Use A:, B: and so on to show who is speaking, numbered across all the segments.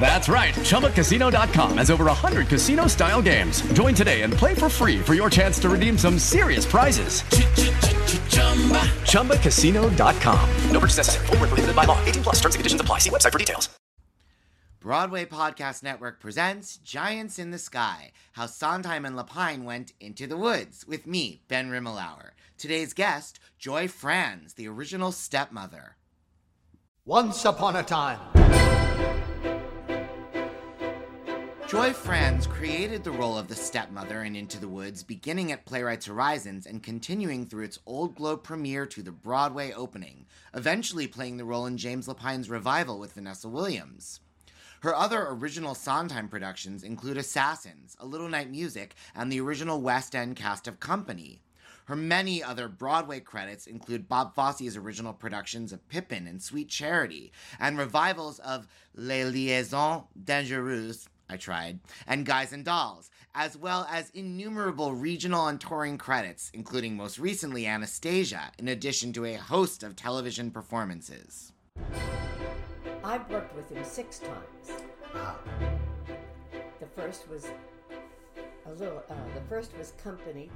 A: That's right. ChumbaCasino.com has over 100 casino style games. Join today and play for free for your chance to redeem some serious prizes. ChumbaCasino.com. No purchase necessary. Forward, prohibited by law. 18 plus terms and conditions apply. See website for details.
B: Broadway Podcast Network presents Giants in the Sky How Sondheim and Lapine Went Into the Woods with me, Ben Rimmelauer. Today's guest, Joy Franz, the original stepmother.
C: Once upon a time.
B: Joy Franz created the role of the stepmother in Into the Woods, beginning at Playwrights Horizons and continuing through its Old Globe premiere to the Broadway opening, eventually playing the role in James Lapine's revival with Vanessa Williams. Her other original Sondheim productions include Assassins, A Little Night Music, and the original West End cast of Company. Her many other Broadway credits include Bob Fosse's original productions of Pippin and Sweet Charity, and revivals of Les Liaisons Dangereuses, I tried, and Guys and Dolls, as well as innumerable regional and touring credits, including most recently Anastasia, in addition to a host of television performances.
D: I've worked with him six times. The first was a little. Uh, the first was company,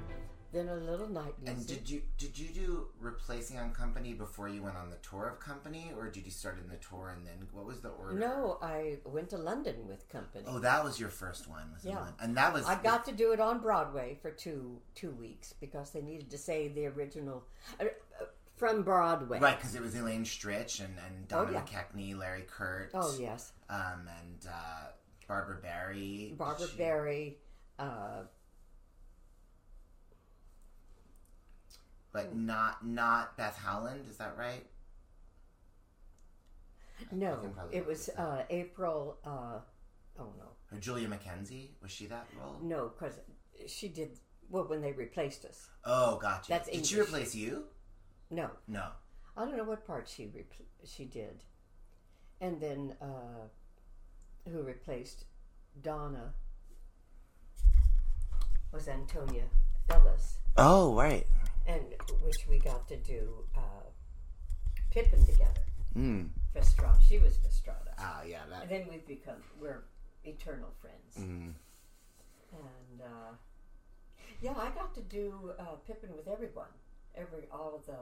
D: then a little night music.
B: you did you do replacing on Company before you went on the tour of Company, or did you start in the tour and then what was the order?
D: no, I went to London with company.
B: Oh, that was your first one. Was the
D: yeah,
B: one- And that was.
D: I got to do it on Broadway for two two weeks because they needed to say the original uh, uh, from Broadway.
B: Right, because it was Elaine Stritch and, and
D: Oh,
B: Donna
D: yeah.
B: McKechnie, Larry Kurtz.
D: Oh yes,
B: Um, and uh, Barbara Barry.
D: Barbara
B: She-
D: Barry. Uh,
B: But not not Beth Howland, is that right?
D: no,
B: can probably
D: it
B: look
D: was
B: this up.
D: uh, April. Uh, oh no,
B: Or Julia McKenzie? Was she that role?
D: no, because she did well when they replaced us.
B: Oh, gotcha.
D: That's
B: did she
D: English.
B: replace you?
D: No,
B: No.
D: I don't know what part she repl she did, and then uh, who replaced Donna was Antonia Ellis,
B: Oh, right.
D: and which we got to do uh, Pippin together.
B: Mm.
D: Vestrada, she was Vestrada,
B: Oh, yeah. That,
D: and then we've become we're eternal friends. And uh, yeah, I got to do uh, Pippin with everyone, every all of the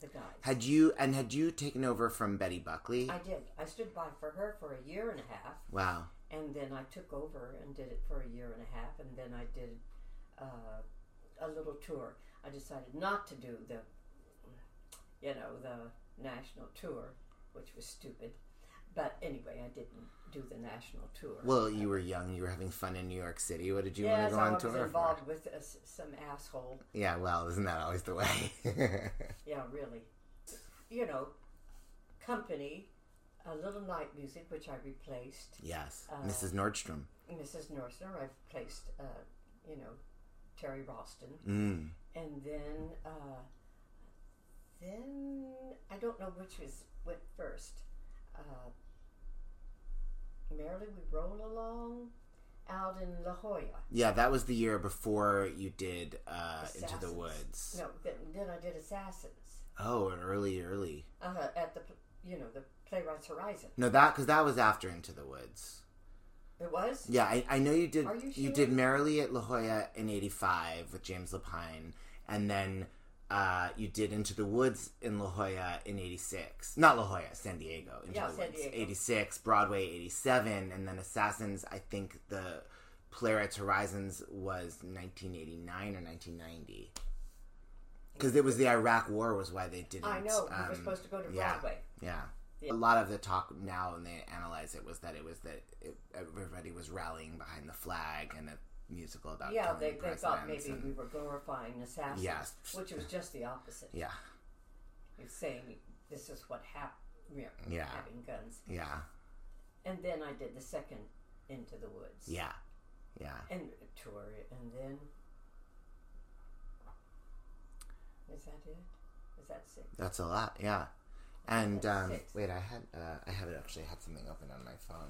D: the guys.
B: Had you and had you taken over from Betty Buckley?
D: I did. I stood by for her for a year and a half,
B: wow.
D: and then I took over and did it for a year and a half, and then I did uh, a little tour. I decided not to do the, you know, the national tour, which was stupid. But anyway, I didn't do the national tour.
B: Well, you were young. You were having fun in New York City. What did you
D: yes, I
B: want
D: was
B: to go on tour for?
D: involved with uh, s- some asshole.
B: Yeah, well, isn't that always the way?
D: Yeah, really. You know, company, a little night music, which I replaced.
B: yes,
D: Uh,
B: Mrs. Nordstrom.
D: Mrs. Norsener, I've placed, uh, you know, Terry Ralston.
B: Mm.
D: And then, uh, then I don't know which was went first. Uh, Merrily We Roll Along out in La Jolla.
B: Yeah, that was the year before you did uh, Into the
D: Assassins.
B: Woods.
D: No, then, then I did Assassins
B: Oh, an early, early.
D: uh, at the, pl- you know, the Playwrights Horizon.
B: No, that because that was after Into the Woods.
D: It was?
B: Yeah, I, I know you did.
D: Are you sure?
B: did Merrily at La Jolla in '85 with James Lapine, and then uh, you did Into the Woods in La Jolla in '86. Not La Jolla, San Diego. Into
D: Yeah,
B: the
D: San
B: Woods,
D: Diego.
B: '86, Broadway '87, and then Assassins. I think the Playwrights Horizons was 1989 or 1990. because it was the Iraq War was why they didn't.
D: I know. we
B: um,
D: were supposed to go to
B: yeah,
D: Broadway.
B: Yeah.
D: Yeah.
B: A lot of the talk now, and they analyze it, was that it was that it, everybody was rallying behind the flag and a musical about
D: Yeah,
B: killing
D: they, they thought
B: presidents
D: maybe
B: and-
D: we were glorifying assassins,
B: Yes.
D: which was just the opposite.
B: Yeah,
D: You're saying this is what happened, you know,
B: Yeah.
D: having guns.
B: yeah,
D: And then I did the second Into the Woods.
B: yeah, yeah.
D: And tour, and then. Is that it? Is that six?
B: That's a lot. Yeah. And um,
D: Six.
B: wait, I had uh, I had actually had something open on my phone.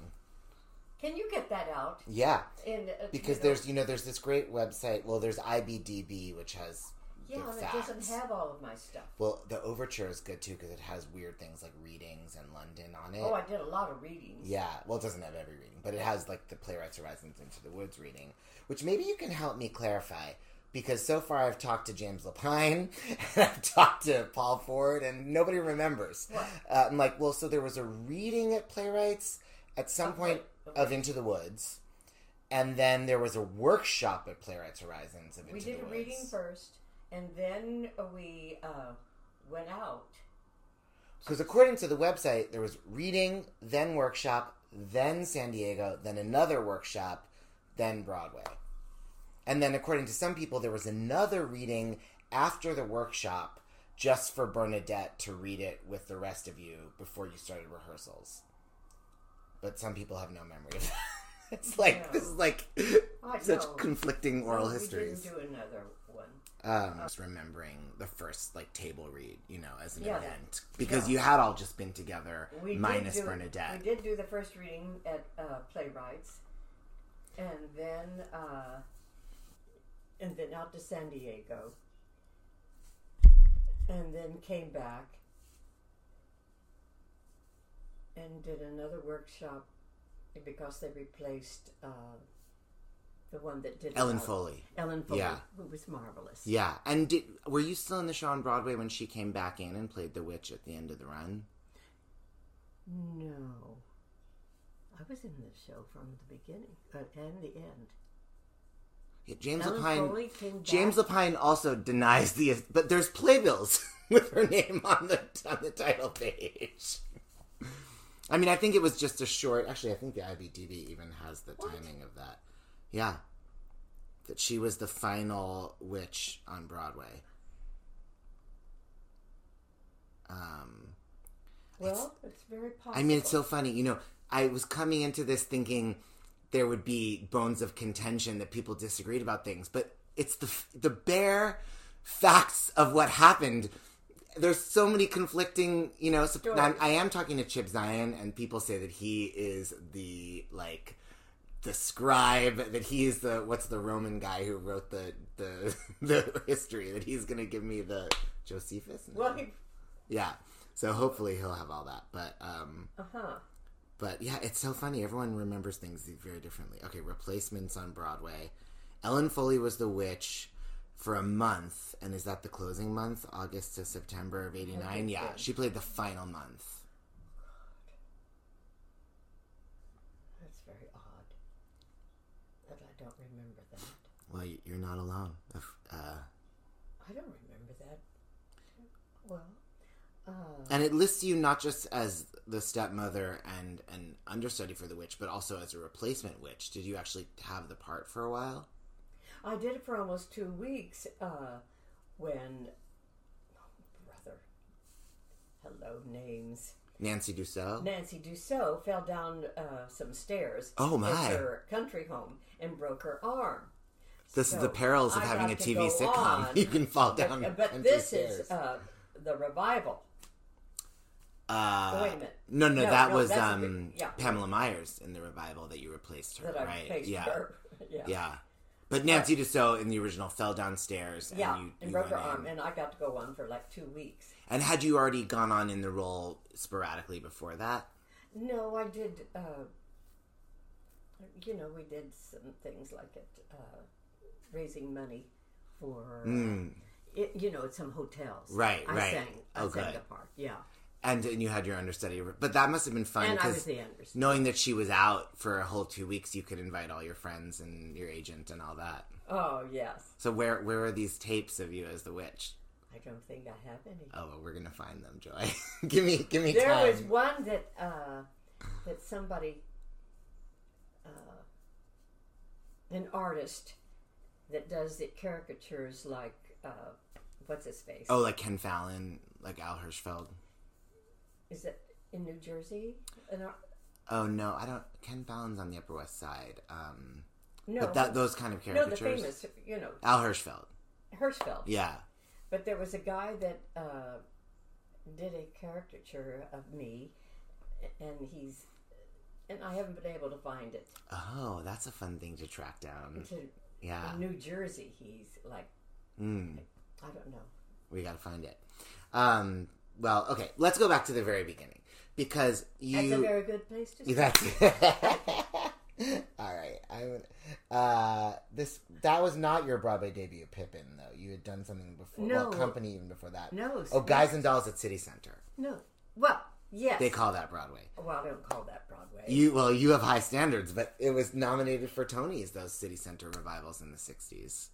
D: Can you get that out?
B: Yeah,
D: And uh,
B: because
D: you know,
B: there's you know there's this great website. Well, there's IBDB, which has the
D: yeah, and it
B: facts.
D: doesn't have all of my stuff.
B: Well, the overture is good too because it has weird things like readings and London on it.
D: Oh, I did a lot of readings.
B: Yeah, well, it doesn't have every reading, but it has like the Playwrights Horizons into the Woods reading, which maybe you can help me clarify because so far I've talked to James Lapine and I've talked to Paul Ford, and nobody remembers. Uh, I'm like, well, so there was a reading at Playwrights at
D: Oh,
B: some point of Into the Woods, and then there was a workshop at Playwrights Horizons of Into
D: We did a
B: the Woods.
D: reading first, and then we uh, went out.
B: Because according to the website, there was reading, then workshop, then San Diego, then another workshop, then Broadway. And then according to some people, there was another reading after the workshop just for Bernadette to read it with the rest of you before you started rehearsals. But some people have no memory of that. It's like this is like
D: I
B: such
D: know.
B: conflicting oral
D: we
B: Oh, histories.
D: didn't do another one.
B: Um, just remembering the first like table read, you know, as an
D: Yeah.
B: event because you had all just been together,
D: We did
B: minus
D: do-
B: Bernadette.
D: We did do the first reading at uh, Playwrights, and then uh, and then out to San Diego, and then came back and did another workshop because they replaced uh, the one that did
B: Ellen
D: about-
B: Foley.
D: Ellen Foley,
B: Yeah.
D: who was marvelous.
B: Yeah, and did, were you still in the show on Broadway when she came back in and played the witch at the end of the run?
D: No. I was in the show from the beginning uh, and the end.
B: Yeah, James
D: Ellen Foley came
B: Lapine.
D: back.
B: James Lapine also denies the, but there's playbills with her name on the on the title page. I mean, I think it was just a short. Actually, I think the IBDB even has the timing of that. Yeah, that she was the final witch on Broadway. Um,
D: Well, it's very possible.
B: I mean, it's so funny. You know, I was coming into this thinking there would be bones of contention that people disagreed about things, but it's the the bare facts of what happened. There's so many conflicting, you know. So, I'm, I am talking to Chip Zion, and people say that he is the like the scribe that he is the what's the Roman guy who wrote the the the history that he's gonna give me the Josephus. No.
D: Well, he-
B: Yeah. So hopefully he'll have all that. But um
D: uh-huh.
B: but yeah, it's so funny. Everyone remembers things very differently. Okay, replacements on Broadway. Ellen Foley was the witch for a month, and is that the closing month? August to September of eighty nine? Yeah. She played the final month.
D: That's very odd. That I don't remember that.
B: Well, y- you're not alone. Of- Uh,
D: I don't remember that. Well,
B: and it lists you not just as the stepmother and an understudy for the witch, but also as a replacement witch. Did you actually have the part for a while?
D: I did it for almost two weeks uh, when. Oh, brother. Hello, names.
B: Nancy Dussault?
D: Nancy Dussault fell down uh, some stairs
B: Oh, my.
D: at her country home and broke her arm.
B: This is
D: So
B: the perils of
D: I
B: having a
D: got to go
B: TV sitcom.
D: on.
B: You can fall
D: But-
B: down.
D: Uh, But,
B: empty
D: this
B: stairs.
D: is uh, the revival.
B: Uh,
D: wait a minute.
B: No, no,
D: No,
B: that
D: no,
B: was
D: that's a
B: um,
D: big- yeah.
B: Pamela Myers in the revival that you replaced her,
D: That I
B: right?
D: faced
B: yeah,
D: her. yeah.
B: yeah. But Nancy Dussault in the original fell downstairs.
D: Yeah,
B: and, you,
D: and
B: you
D: broke her
B: went in.
D: arm, and uh, I got to go on for like two weeks.
B: And had you already gone on in the role sporadically before that?
D: No, I did. Uh, you know, we did some things like it, uh, raising money for. uh, It, you know, at some hotels.
B: Mm. Right,
D: I
B: right.
D: Sang, I
B: Oh,
D: sang
B: good.
D: the part. Yeah,
B: And, and you had your understudy, but that must have been fun.
D: and I
B: 'cause
D: was the Anderson.
B: knowing that she was out for a whole two weeks, you could invite all your friends and your agent and all that.
D: Oh yes.
B: So where where are these tapes of you as the witch?
D: I don't think I have any.
B: Oh, well, we're gonna find them, Joy. give me, give me
D: There
B: time.
D: was one that uh, that somebody, uh, an artist, that does the caricatures like uh, what's his face?
B: Oh, like Ken Fallon, like Al Hirschfeld.
D: is it in New Jersey? An ar-
B: Oh no, I don't. Ken Fallon's on the Upper West Side. Um,
D: no,
B: but that those kind of
D: no, the
B: caricatures.
D: famous, you know,
B: Al Hirschfeld.
D: Hirschfeld.
B: Yeah.
D: But there was a guy that uh, did a caricature of me, and he's, and I haven't been able to find it.
B: Oh, that's a fun thing to track down.
D: To,
B: Yeah.
D: In New Jersey, he's like,
B: Mm,
D: I don't know.
B: we gotta find it. Um, well, okay, let's go back to the very beginning because you.
D: That's a very good place to start.
B: That's all right. I would. Uh, this that was not your Broadway debut, Pippin. Though you had done something before.
D: No.
B: well, company even before that.
D: No,
B: Oh, Guys and Dolls at City Center.
D: No. Well, yes.
B: They call that Broadway.
D: Well, I don't call that Broadway.
B: You well, you have high standards, but it was nominated for Tonys. Those City Center revivals in the '60s.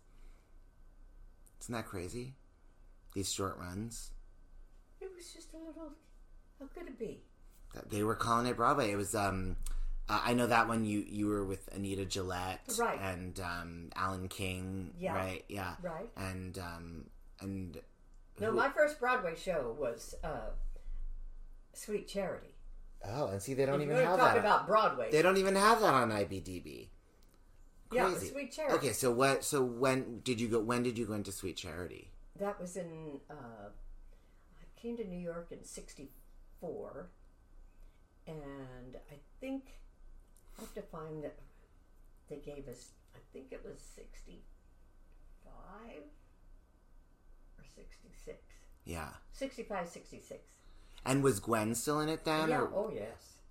B: Isn't that crazy? These short runs.
D: It was just a little. How could it be?
B: that They were calling it Broadway. It was. um uh, I know that one. You you were with Anita Gillette,
D: Right.
B: And um, Alan King,
D: Yeah.
B: right? Yeah,
D: Right.
B: And um, and
D: No, my first Broadway show was uh, Sweet Charity.
B: oh, and see, they don't
D: If you
B: even
D: wanna
B: have
D: talk
B: that.
D: about Broadway.
B: they don't even have that on IBDB.
D: Yeah, it
B: Crazy.
D: was Sweet Charity.
B: Okay, so what? So when did you go? When did you go into Sweet Charity?
D: That was in. Uh, I came to New York in '64, and I think I have to find that they gave us. I think it was '65 or '66,
B: Yeah.
D: '65, '66.
B: And was Gwen still in it then?
D: Yeah.
B: or-
D: Oh yes.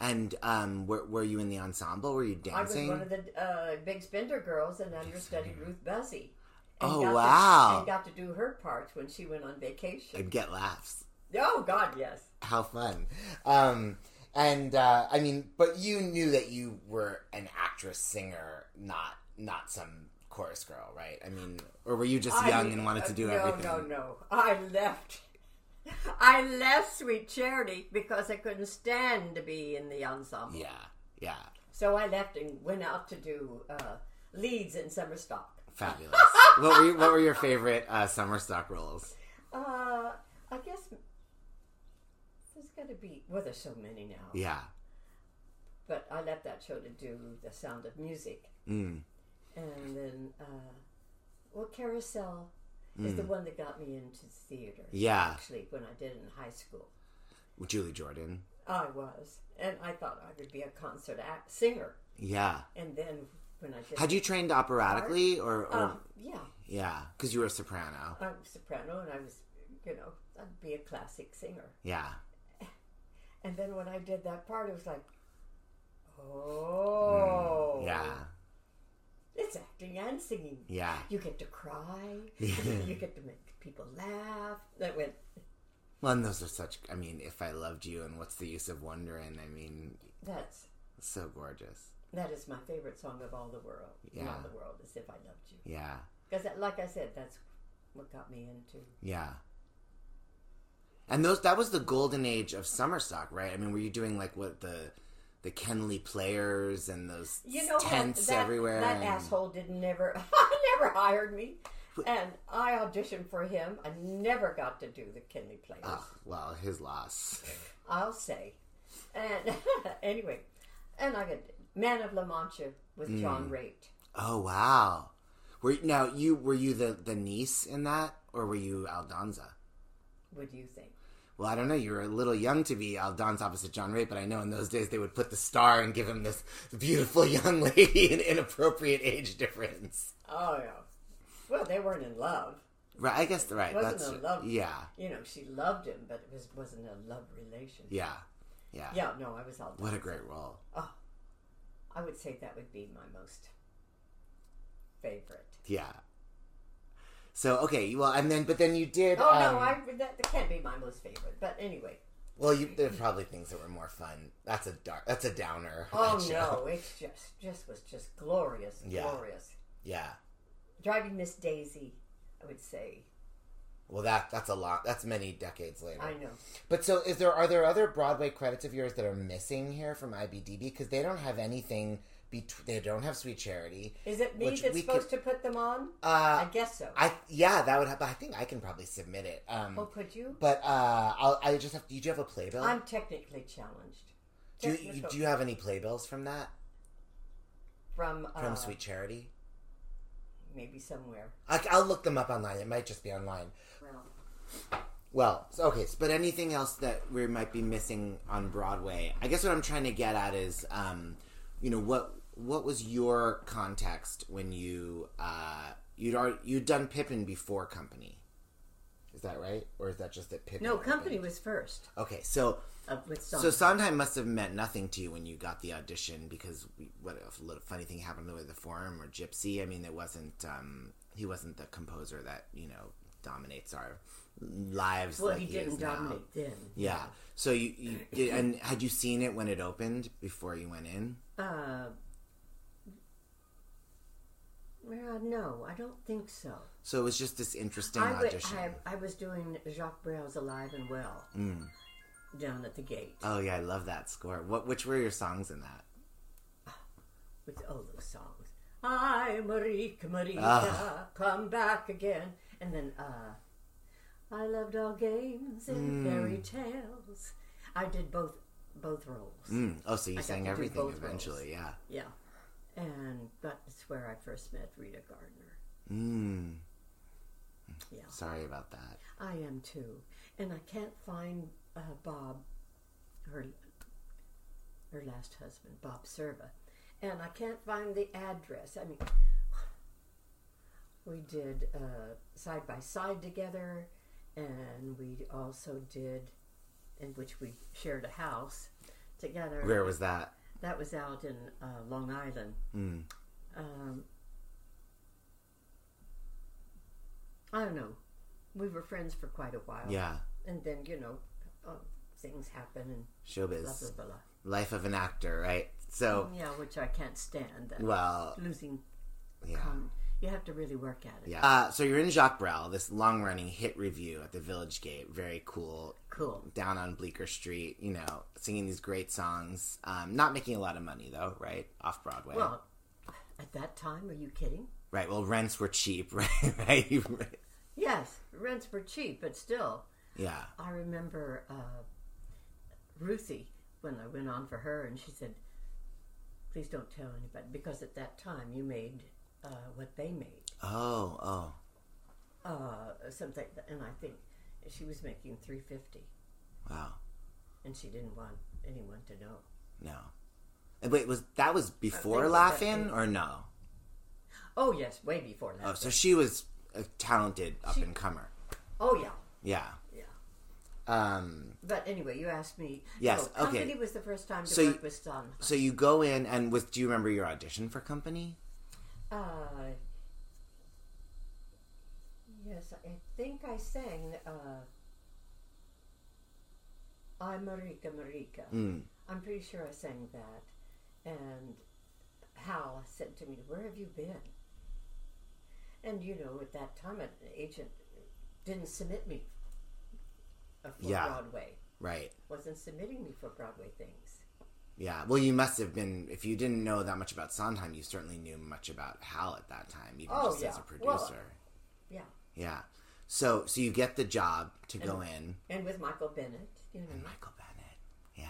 B: And um, were, were you in the ensemble? Were you
D: I was
B: dancing?
D: one of the uh, big spender girls and understudied Ruth Buzzy.
B: Oh,
D: got to-
B: wow.
D: and got to do her parts when she went on vacation.
B: and get laughs.
D: Oh God, yes.
B: How fun! Um, and uh, I mean, but you knew that you were an actress, singer, not not some chorus girl, right? I mean, or were you just
D: I- uh,
B: young and wanted to do
D: no,
B: everything?
D: No, no, I left. I left Sweet Charity because I couldn't stand to be in the ensemble.
B: Yeah, yeah,
D: So I left and went out to do uh, Leeds and Summerstock.
B: fabulous. what were you, what were your favorite uh, summer stock roles?
D: Uh, I guess there's got to be, well, there's so many now.
B: Yeah,
D: But I left that show to do The Sound of Music.
B: mm.
D: And then, uh, well, Carousel is the one that got me into theater.
B: Mm. Yeah.
D: Actually, when I did it in high school.
B: Julie Jordan.
D: I was, and I thought I would be a concert act, singer.
B: Yeah.
D: And then when I did,
B: Had you trained operatically or, or
D: Um, yeah,
B: yeah? Because you were a soprano.
D: I was soprano, and I was, you know, I'd be a classic singer.
B: Yeah.
D: And then when I did that part, it was like, oh,
B: Mm, Yeah.
D: it's acting and singing.
B: Yeah.
D: you get to cry, you get to make people laugh. That went,
B: Well, and those are such. I mean, if I loved you, and what's the use of wondering? I mean,
D: that's
B: so gorgeous.
D: that is my favorite song of all the world.
B: Yeah.
D: Not the world, as if I loved you,
B: Yeah,
D: because like I said, that's what got me into.
B: yeah. And those that was the golden age of summer stock, right? I mean, were you doing like what the the Kenley players and those
D: you know what?
B: tents
D: that,
B: everywhere?
D: That
B: and-
D: asshole did never never hired me, and I auditioned for him. I never got to do the Kinley plays.
B: Oh, well, his loss.
D: I'll say, and anyway, and I got Man of La Mancha with
B: Hmm.
D: John Raitt.
B: Oh wow. Were now you were you the the niece in that, or were you Aldonza?
D: What do you think?
B: Well, I don't know. You were a little young to be Aldon's opposite John Ray, but I know in those days they would put the star and give him this beautiful young lady an inappropriate age difference.
D: Oh yeah. Well, they weren't in love.
B: Right? I guess right.
D: Wasn't
B: that's
D: a love.
B: yeah,
D: You know, she loved him, but it was wasn't a love relationship.
B: yeah, yeah,
D: Yeah. Oh. No, I was all.
B: What a
D: done.
B: great role.
D: I would say that would be my most favorite.
B: Yeah. So okay, well, and then but then you did.
D: Oh
B: um,
D: no, I that, that can't be my most favorite. But anyway.
B: Well, you, there are probably things that were more fun. That's a dark. That's a downer.
D: Oh
B: that show.
D: no, it's just just was just glorious,
B: Yeah.
D: glorious.
B: Yeah.
D: Driving Miss Daisy, I would say.
B: Well, that that's a lot. That's many decades later.
D: I know.
B: But so, is there are there other Broadway credits of yours that are missing here from IBDb because they don't have anything? Bet- they don't have Sweet Charity.
D: Is it me
B: which
D: that's
B: we
D: supposed
B: could-
D: to put them on?
B: Uh,
D: I guess so.
B: I yeah, that would help. I think I can probably submit it. Um,
D: oh, could you?
B: But uh, I'll, I just have. Do you have a playbill?
D: I'm technically challenged.
B: do you, you-
D: Technical-
B: do you have any playbills from that
D: from uh,
B: from Sweet Charity?
D: Maybe somewhere.
B: I, I'll look them up online. It might just be online. Well, so- okay, so- but anything else that we might be missing on Broadway? I guess what I'm trying to get at is, um, you know, what what was your context when you uh, you'd already, you'd done Pippin before Company? Is that right, or is that just that Pippin?
D: No,
B: opened?
D: company was first.
B: Okay, so
D: Uh, with
B: so
D: Sondheim.
B: Sondheim must have meant nothing to you when you got the audition because we, what if a little funny thing happened with the forum or Gypsy? I mean, it wasn't um, he wasn't the composer that you know dominates our lives.
D: Well,
B: like
D: he
B: is
D: didn't
B: now.
D: dominate then.
B: Yeah. So you, you did, and had you seen it when it opened before you went in?
D: Uh, well, no, I don't think so.
B: So it was just this interesting
D: I, wa-
B: audition.
D: I, I was doing Jacques Brel's Alive and Well
B: Mm.
D: down at the gate
B: Oh yeah, I love that score. What which were your songs in that?
D: with all those songs. I, Marika, Marika,
B: Ah.
D: come back again. And then, uh, I loved all games and
B: Mm.
D: fairy tales. I did both both roles.
B: Mm. Oh, so you
D: I got
B: sang
D: to do
B: everything
D: both
B: eventually, yeah.
D: Yeah. And that's where I first met Rita Gardner.
B: Mm.
D: Yeah.
B: Sorry about that.
D: I am too. And I can't find uh, Bob, her, her last husband, Bob Serva. And I can't find the address. I mean, we did uh, side by side together, and we also did, in which we shared a house together.
B: Where was that?
D: That was out in uh, Long Island.
B: Mm.
D: Um, I don't know. We were friends for quite a while.
B: Yeah.
D: And then you know, uh, things happen and
B: Showbiz.
D: blah blah blah.
B: Life of an actor, right? So,
D: yeah, which I can't stand. That
B: Oh. Well, uh,
D: losing.
B: yeah.
D: con- you have to really work at it.
B: yeah. Uh, so you're in Jacques Brel, this long-running hit review at the Village Gate. Very cool.
D: Cool.
B: Down on Bleecker Street, you know, singing these great songs. Um, not making a lot of money though, right? Off Broadway.
D: Well, at that time, are you kidding?
B: right. Well, rents were cheap, right? right? You-
D: Yes, rents were cheap, but still,
B: yeah.
D: I remember uh, Ruthie when I went on for her, and she said, "Please don't tell anybody," because at that time you made uh, what they made,
B: Oh, oh.
D: uh, something, and I think she was making three fifty,
B: Wow.
D: and she didn't want anyone to know.
B: No. And Wait, was that was before
D: that-
B: Laughing or no?
D: Oh yes, way before that.
B: Oh, so she was a talented up and comer.
D: oh yeah,
B: Yeah.
D: yeah.
B: Um,
D: But anyway, you asked me.
B: Yes,
D: no,
B: okay.
D: Company was the first time to
B: So
D: work
B: you-
D: with Sondheim.
B: so you go in and with do you remember your audition for company?
D: Uh, yes, I think I sang uh, I'm Marika Marika.
B: Mm.
D: I'm pretty sure I sang that. And Hal said to me, Where have you been? And you know, at that time, an agent didn't submit me uh, for
B: Yeah.
D: Broadway,
B: Right.
D: wasn't submitting me for Broadway things.
B: Yeah. Well, you must have been if you didn't know that much about Sondheim, you certainly knew much about Hal at that time, even
D: Oh,
B: just as
D: yeah.
B: a producer.
D: Well- Yeah.
B: yeah. So so you get the job to go in.
D: And with Michael Bennett, you know.
B: Michael Bennett. Yeah.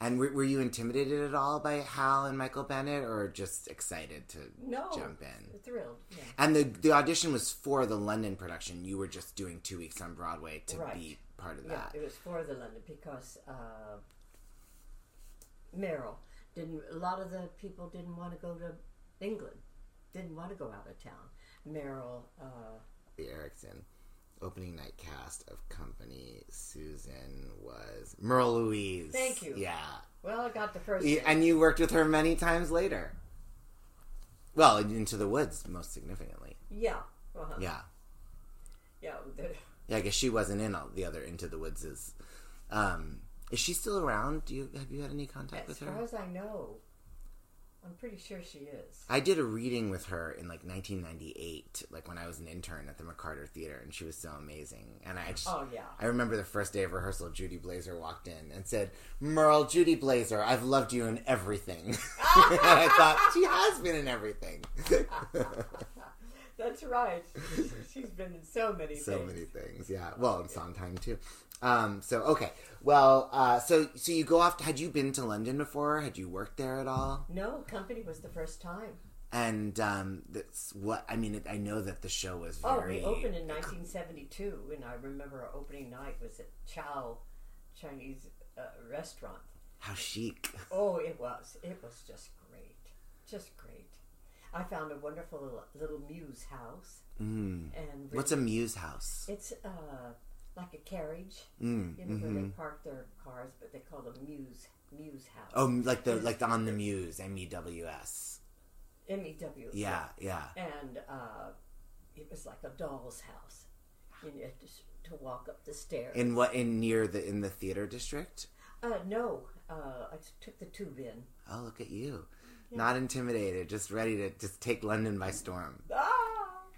B: And were, were you intimidated at all by Hal and Michael Bennett, or just excited to
D: No.
B: jump in?
D: Thrilled. Yeah.
B: And the the audition was for the London production. You were just doing two weeks on Broadway to
D: Right.
B: be part of
D: Yeah,
B: that.
D: it was for the London because uh, Merrill didn't. A lot of the people didn't want to go to England, didn't want to go out of town. Merrill, uh,
B: The Erickson opening night cast of Company. Susan was Merle Louise.
D: Thank you.
B: Yeah.
D: well, I got the first.
B: You-
D: one.
B: And you worked with her many times later. Well, into the woods most significantly.
D: Yeah, uh-huh.
B: Yeah.
D: yeah. the-
B: Yeah, I guess she wasn't in all the other Into the Woods is. Um, is she still around? Do you have you had any contact
D: as
B: with
D: far
B: her?
D: as I know, I'm pretty sure she is.
B: I did a reading with her in like 1998, like when I was an intern at the McCarter Theater, and she was so amazing. And I just,
D: Oh, yeah.
B: I remember the first day of rehearsal, Judy Blazer walked in and said, "Merle, Judy Blazer, I've loved you in everything." and I thought she has been in everything,
D: That's right. She's been in so many
B: so
D: things.
B: many things. Yeah, well, in Sondheim too. Um, so okay, well, uh, so so you go off. Had you been to London before? Had you worked there at all?
D: No, company was the first time.
B: And um, that's what I mean. I know that the show was
D: Oh,
B: very
D: we opened in 1972, and I remember our opening night was at Chow Chinese uh, restaurant.
B: how chic.
D: Oh, it was. It was just great. Just great. I found a wonderful little, little muse house. Mm. And we-
B: What's a muse house?
D: It's uh, like a carriage.
B: Mm,
D: you know
B: mm-hmm.
D: where they park their cars, but they call it a muse muse house.
B: Oh, like the like the on the muse, M E W S.
D: M E W.
B: Yeah, yeah.
D: and uh, it was like a doll's house. You know, just to walk up the stairs.
B: In what in near the in the theater district?
D: uh, no, uh, I just took the tube in.
B: Oh, look at you, not intimidated, just ready to just take London by storm.
D: Ah,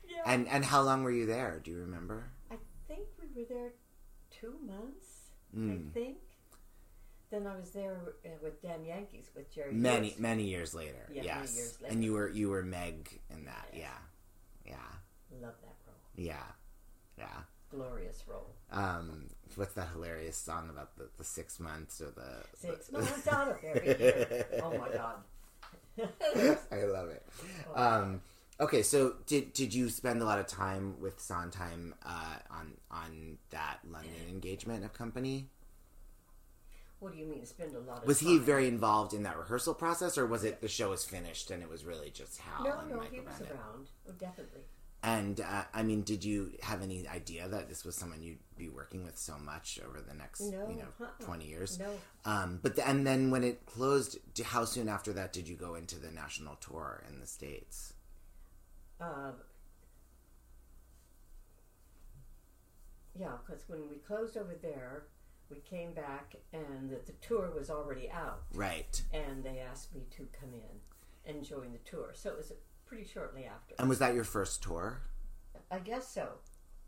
D: yeah.
B: And and how long were you there? Do you remember?
D: I think we were there two months.
B: Hmm.
D: I think. Then I was there uh, with Damn Yankees with Jerry.
B: Many
D: Lewis.
B: many years later.
D: Yeah, many
B: yes.
D: years later.
B: And you were you were Meg in that. Yeah,
D: Love that role.
B: yeah, yeah, yeah.
D: Glorious role.
B: Um, what's that hilarious song about the, the six months or the
D: Six months out of every year. Oh my God.
B: I love it. Um, okay, so did did you spend a lot of time with Sondheim uh, on on that London engagement of company?
D: What do you mean? Spend a lot of
B: Was he
D: time?
B: very involved in that rehearsal process, or was it the show was finished and it was really just Hal
D: No,
B: and
D: no,
B: Mike
D: he was
B: around it?
D: around. Oh, definitely.
B: And uh, I mean, did you have any idea that this was someone you'd be working with so much over the next
D: No,
B: you know
D: uh-uh.
B: twenty years?
D: No.
B: Um, but the, and then when it closed, d- how soon after that did you go into the national tour in the states?
D: Uh, yeah, because when we closed over there, we came back and the, the tour was already out,
B: Right.
D: and they asked me to come in and join the tour. So it was pretty shortly after.
B: And was that your first tour?
D: I guess so.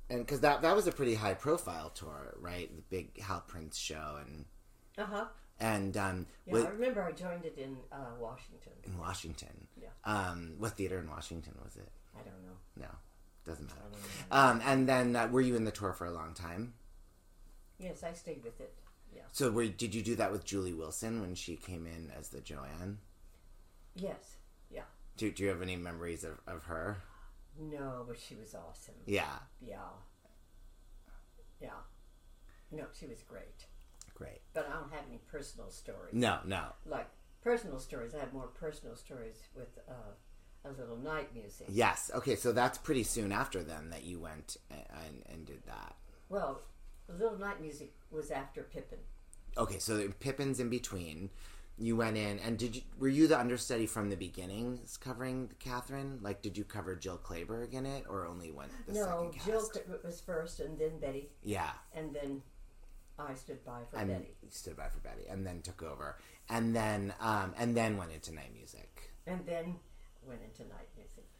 B: and because that that was a pretty high profile tour, right? The big Hal Prince show and
D: Uh huh.
B: and um,
D: Yeah,
B: with-
D: I remember I joined it in uh, Washington.
B: in Washington.
D: Yeah.
B: Um, what theater in Washington was it?
D: I don't know.
B: No, doesn't matter. Um, and then uh, were you in the tour for a long time?
D: Yes, I stayed with it. Yeah.
B: So were, did you do that with Julie Wilson when she came in as the Joanne?
D: Yes. Yeah.
B: Do, do you have any memories of, of her?
D: No, but she was awesome.
B: Yeah,
D: Yeah. Yeah. No, she was great.
B: great.
D: But I don't have any personal stories.
B: No, no,
D: Like personal stories, I have more personal stories with uh, a little night music.
B: yes. Okay, so that's pretty soon after then that you went a- and, and did that.
D: Well, a little night music was after Pippin.
B: Okay, so Pippin's in between. You went in, and did you were you the understudy from the beginning, covering Catherine? Like, did you cover Jill Clayburgh in it, or only went the
D: no,
B: second cast?
D: Jill Cl- was first, and then Betty,
B: yeah,
D: and then I stood by for
B: and
D: Betty,
B: stood by for Betty, and then took over, and then um, and then went into night music.
D: and then went into night music,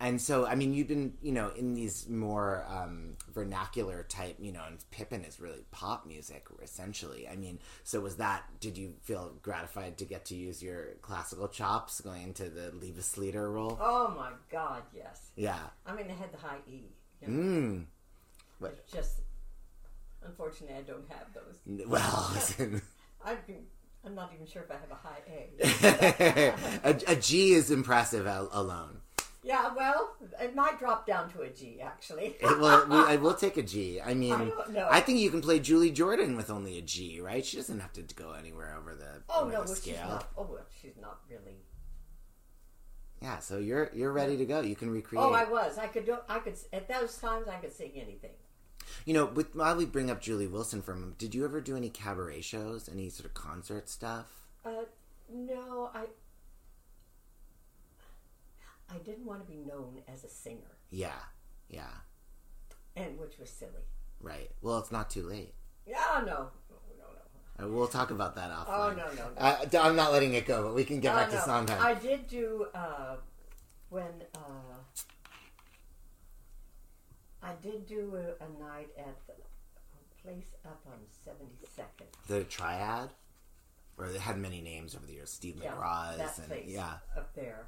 B: And so, I mean, you've been, you know, in these more um, vernacular type, you know, and Pippin is really pop music, essentially. I mean, so was that, did you feel gratified to get to use your classical chops going into the Levis leader role?
D: Oh my God, yes.
B: Yeah. Hmm.
D: I mean, they had the high E. You know?
B: What-
D: It's just, unfortunately, I don't have those.
B: Well, listen,
D: I've I'm not even sure if I have a high A.
B: a, a G is impressive al- alone.
D: Yeah, well, it might drop down to a G actually.
B: It will, we, I will take a G. I mean,
D: I don't know.
B: I think you can play Julie Jordan with only a G, right? She doesn't have to go anywhere over the,
D: oh
B: over
D: no, well,
B: the
D: she's
B: scale.
D: not. Oh, well, she's not really.
B: Yeah, so you're you're ready to go. You can recreate.
D: Oh, I was. I could do. I could at those times I could sing anything.
B: You know, with while we bring up Julie Wilson from, did you ever do any cabaret shows, any sort of concert stuff?
D: Uh, no, I. I didn't want to be known as a singer,
B: Yeah, yeah,
D: and which was silly.
B: right. Well, it's not too late.
D: Yeah, no.
B: Uh, We'll talk about that offline.
D: Oh no, no, no.
B: Uh, d- I'm not letting it go, but we can get
D: Oh,
B: back to
D: no.
B: Sondheim.
D: I did do uh, when uh, I did do a, a night at the place up on Seventy Second.
B: The triad, or they had many names over the years. Steve McGraw's
D: that
B: and
D: place
B: yeah,
D: up there,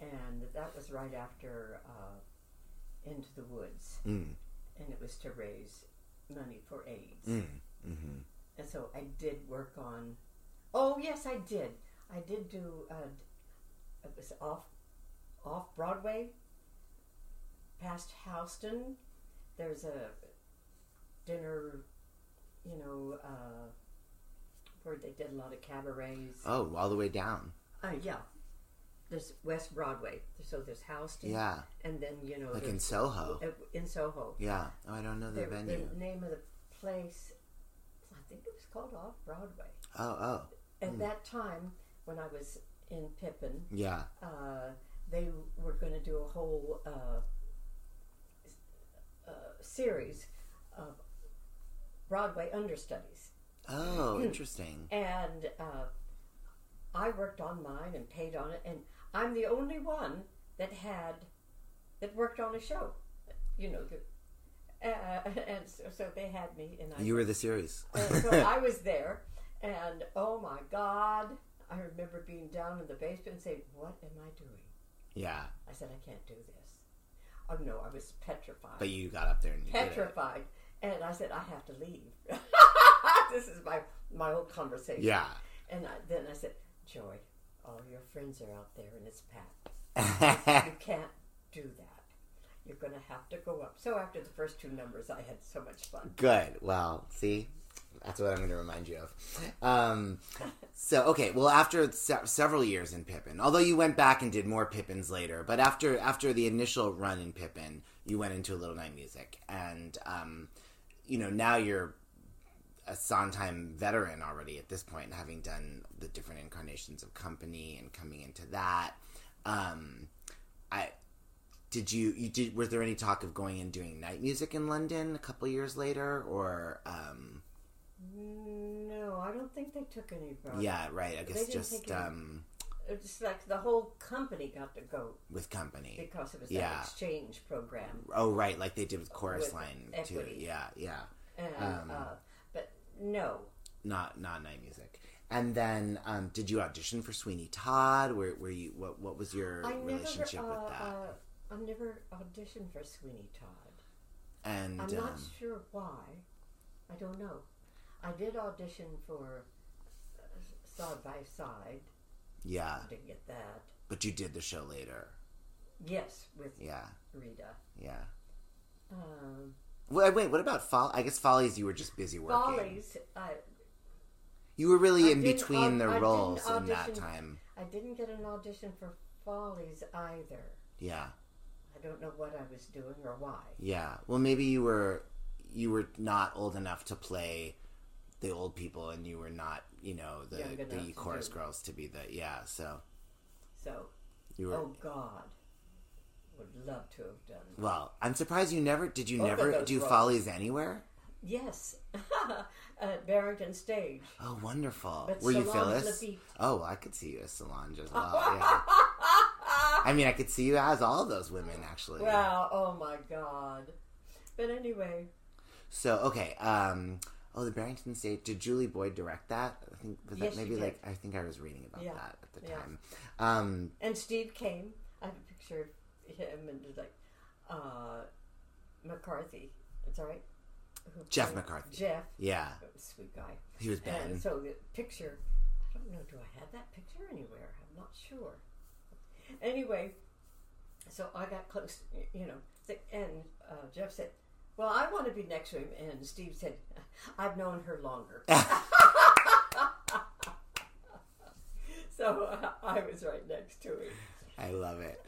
D: and that was right after uh, Into the Woods,
B: Mm.
D: and it was to raise money for AIDS.
B: Mm, mhm.
D: And so I did work on. Oh yes, I did. I did do. Uh, it was off, off Broadway. Past Houston, there's a dinner. You know, uh, where they did a lot of cabarets.
B: Oh, all the way down.
D: Uh, yeah. There's West Broadway. So there's Houston.
B: Yeah.
D: And then, you know.
B: Like in
D: there's-
B: Soho.
D: uh, In Soho.
B: Yeah. Oh, I don't know the
D: The,
B: venue.
D: the name of the place, I think it was called Off Broadway.
B: Oh, oh,
D: At
B: Mm.
D: that time, when I was in Pippin,
B: Yeah.
D: uh, they were going to do a whole uh, s- uh, series of Broadway understudies. Hmm.
B: oh, interesting.
D: And uh, I worked on mine and paid on it, and I'm the only one that had that worked on a show. You know, the, uh, and so, so they had me, and I
B: You were the series.
D: and so I was there, and oh my God, I remember being down in the basement and saying, "What am I doing?"
B: yeah,
D: I said, "I can't do this." Oh no, I was petrified.
B: but you got up there and you did it.
D: petrified, and I said, "I have to leave." this is my my whole conversation.
B: Yeah.
D: And I, then I said, "Joy, all your friends are out there, and it's packed. you can't do that. You're going to have to go up." So after the first two numbers, I had so much fun.
B: Good. Well, see, that's what I'm going to remind you of. Um, so, okay. Well, after se- several years in Pippin, although you went back and did more Pippins later, but after after the initial run in Pippin, you went into Little Night Music, and um, you know now you're a Sondheim veteran already at this point, having done the different incarnations of Company and coming into that. Um, I did you you did was there any talk of going and doing night music in London a couple years later or um
D: No, I don't think they took any brothers.
B: yeah right I
D: Uh, They
B: guess
D: didn't
B: just
D: take any-
B: um
D: It's just like the whole company got to go
B: with company
D: because it was
B: yeah
D: that exchange program.
B: oh right like they did with chorus
D: With
B: line
D: Equity.
B: too yeah yeah
D: And,
B: um,
D: uh, but no,
B: not not night music and then um did you audition for Sweeney Todd where were you what what was your
D: I never.
B: relationship
D: uh,
B: with that
D: Uh, I never auditioned for Sweeney Todd.
B: and
D: I'm not
B: um,
D: sure why. I don't know. I did audition for uh, Side by Side.
B: yeah
D: Didn't get that.
B: but you did the show later
D: Yes, with
B: yeah
D: Rita.
B: yeah
D: Um,
B: wait wait what about Folly I guess Follies you were just busy working
D: Follies. I,
B: You were really
D: I
B: in
D: didn't
B: between
D: au-
B: the
D: I didn't
B: roles in that
D: audition-
B: time.
D: I didn't get an audition for Follies either.
B: Yeah.
D: I don't know what I was doing or why.
B: Yeah. Well, maybe you were you were not old enough to play the old people and you were not, you know, the
D: Young enough
B: the
D: to
B: chorus
D: do.
B: girls to be the yeah, so
D: So,
B: you were
D: oh God, would love to have done. that.
B: Well, I'm surprised you never did you
D: Both of
B: never
D: those
B: do
D: roles.
B: follies anywhere?
D: Yes, at Barrington Stage.
B: Oh, wonderful.
D: But
B: were you
D: Solange
B: Phyllis?
D: Lafitte.
B: Oh, I could see you as Solange as well. Yeah. I mean, I could see you as all those women actually.
D: Wow. Oh my God. But anyway,
B: So okay, um, oh, the Barrington Stage. Did Julie Boyd direct that? I think
D: Yes,
B: was that
D: she
B: maybe
D: did.
B: like I think I was reading about
D: Yeah,
B: that at the
D: yeah.
B: time. Um,
D: and Steve came. I have a picture of him and it's like uh, McCarthy. It's all right. Who
B: Jeff
D: played-
B: McCarthy.
D: Jeff.
B: Yeah,
D: sweet guy.
B: He was
D: And
B: Ben.
D: so the picture, I don't know, do I have that picture anywhere? I'm not sure. Anyway, so I got close, you know, th- and uh, Jeff said, "Well, I want to be next to him," and Steve said, "I've known her longer." so uh, I was right next to him.
B: I love it.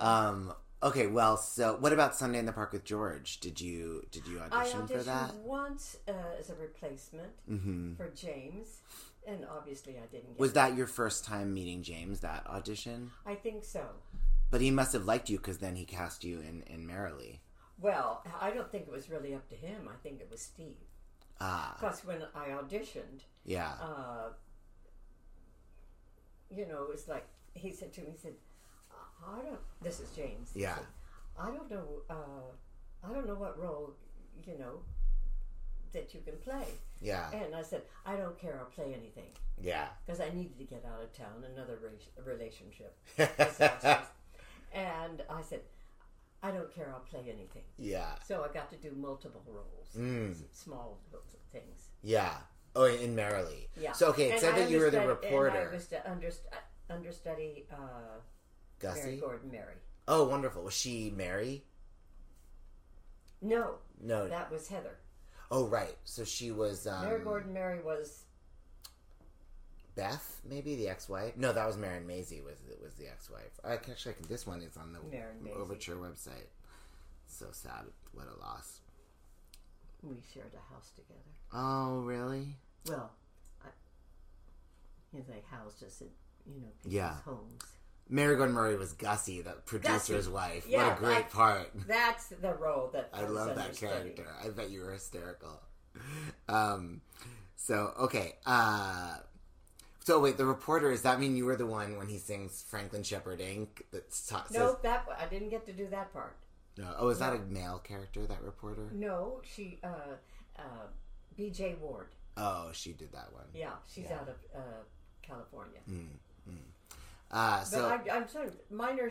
D: Uh.
B: Um, okay, well, so what about Sunday in the Park with George? Did you did you audition
D: I auditioned
B: for that?
D: once uh, as a replacement
B: Mhm.
D: for James, and obviously I didn't. Get
B: Was
D: it.
B: that your first time meeting James? That audition,
D: I think so.
B: but he must have liked you because then he cast you in in Merrily.
D: Well, I don't think it was really up to him. I think it was Steve.
B: Ah,
D: Because when I auditioned,
B: Yeah.
D: uh, you know, it was like he said to me, he said, "I don't." This is James. He
B: Yeah.
D: said, I don't know. Uh, I don't know what role you know that you can play.
B: Yeah.
D: And I said, I don't care. I'll play anything.
B: Yeah.
D: Because I needed to get out of town. Another ra- relationship. That's how it was. and I said, I don't care. I'll play anything.
B: Yeah.
D: So I got to do multiple roles,
B: Mm.
D: s- small little things.
B: yeah. Oh, in Merrily.
D: Yeah.
B: So okay, it
D: And
B: said
D: I
B: that you were the
D: understud-
B: reporter.
D: And I was to underst- understudy uh, Mary
B: Gussie?
D: Gordon Mary.
B: Oh, wonderful. Was she Mary?
D: No.
B: No.
D: That was Heather.
B: Oh, right. So she was um,
D: Mary Gordon Mary was
B: Beth, maybe the ex-wife. No, that was Marion Maisie. Was was the ex-wife? I can actually I can- this one is on the
D: Maren Maisy.
B: Overture website. So sad. What a loss.
D: we shared a house together.
B: Oh, really?
D: Well, I, you know, they housed us at you know people's
B: Yeah.
D: homes.
B: Mary Gordon Murray was Gussie, the producer's
D: Gussie.
B: wife. what
D: Yeah,
B: a great
D: I-
B: part.
D: That's the role that
B: I love that
D: understudy.
B: character. I bet you were hysterical. Um, so okay. Uh, so wait, the reporter. Does that mean you were the one when he sings Franklin Shepherd Inc. That ta- says,
D: No, that I didn't get to do that part.
B: no. Oh, is that
D: No.
B: a male character? That reporter.
D: No, she, uh, uh, B.J. Ward.
B: Oh, she did that one.
D: Yeah, she's out of uh, California.
B: Mm, mm. Uh, so
D: but I, I'm sort of minor,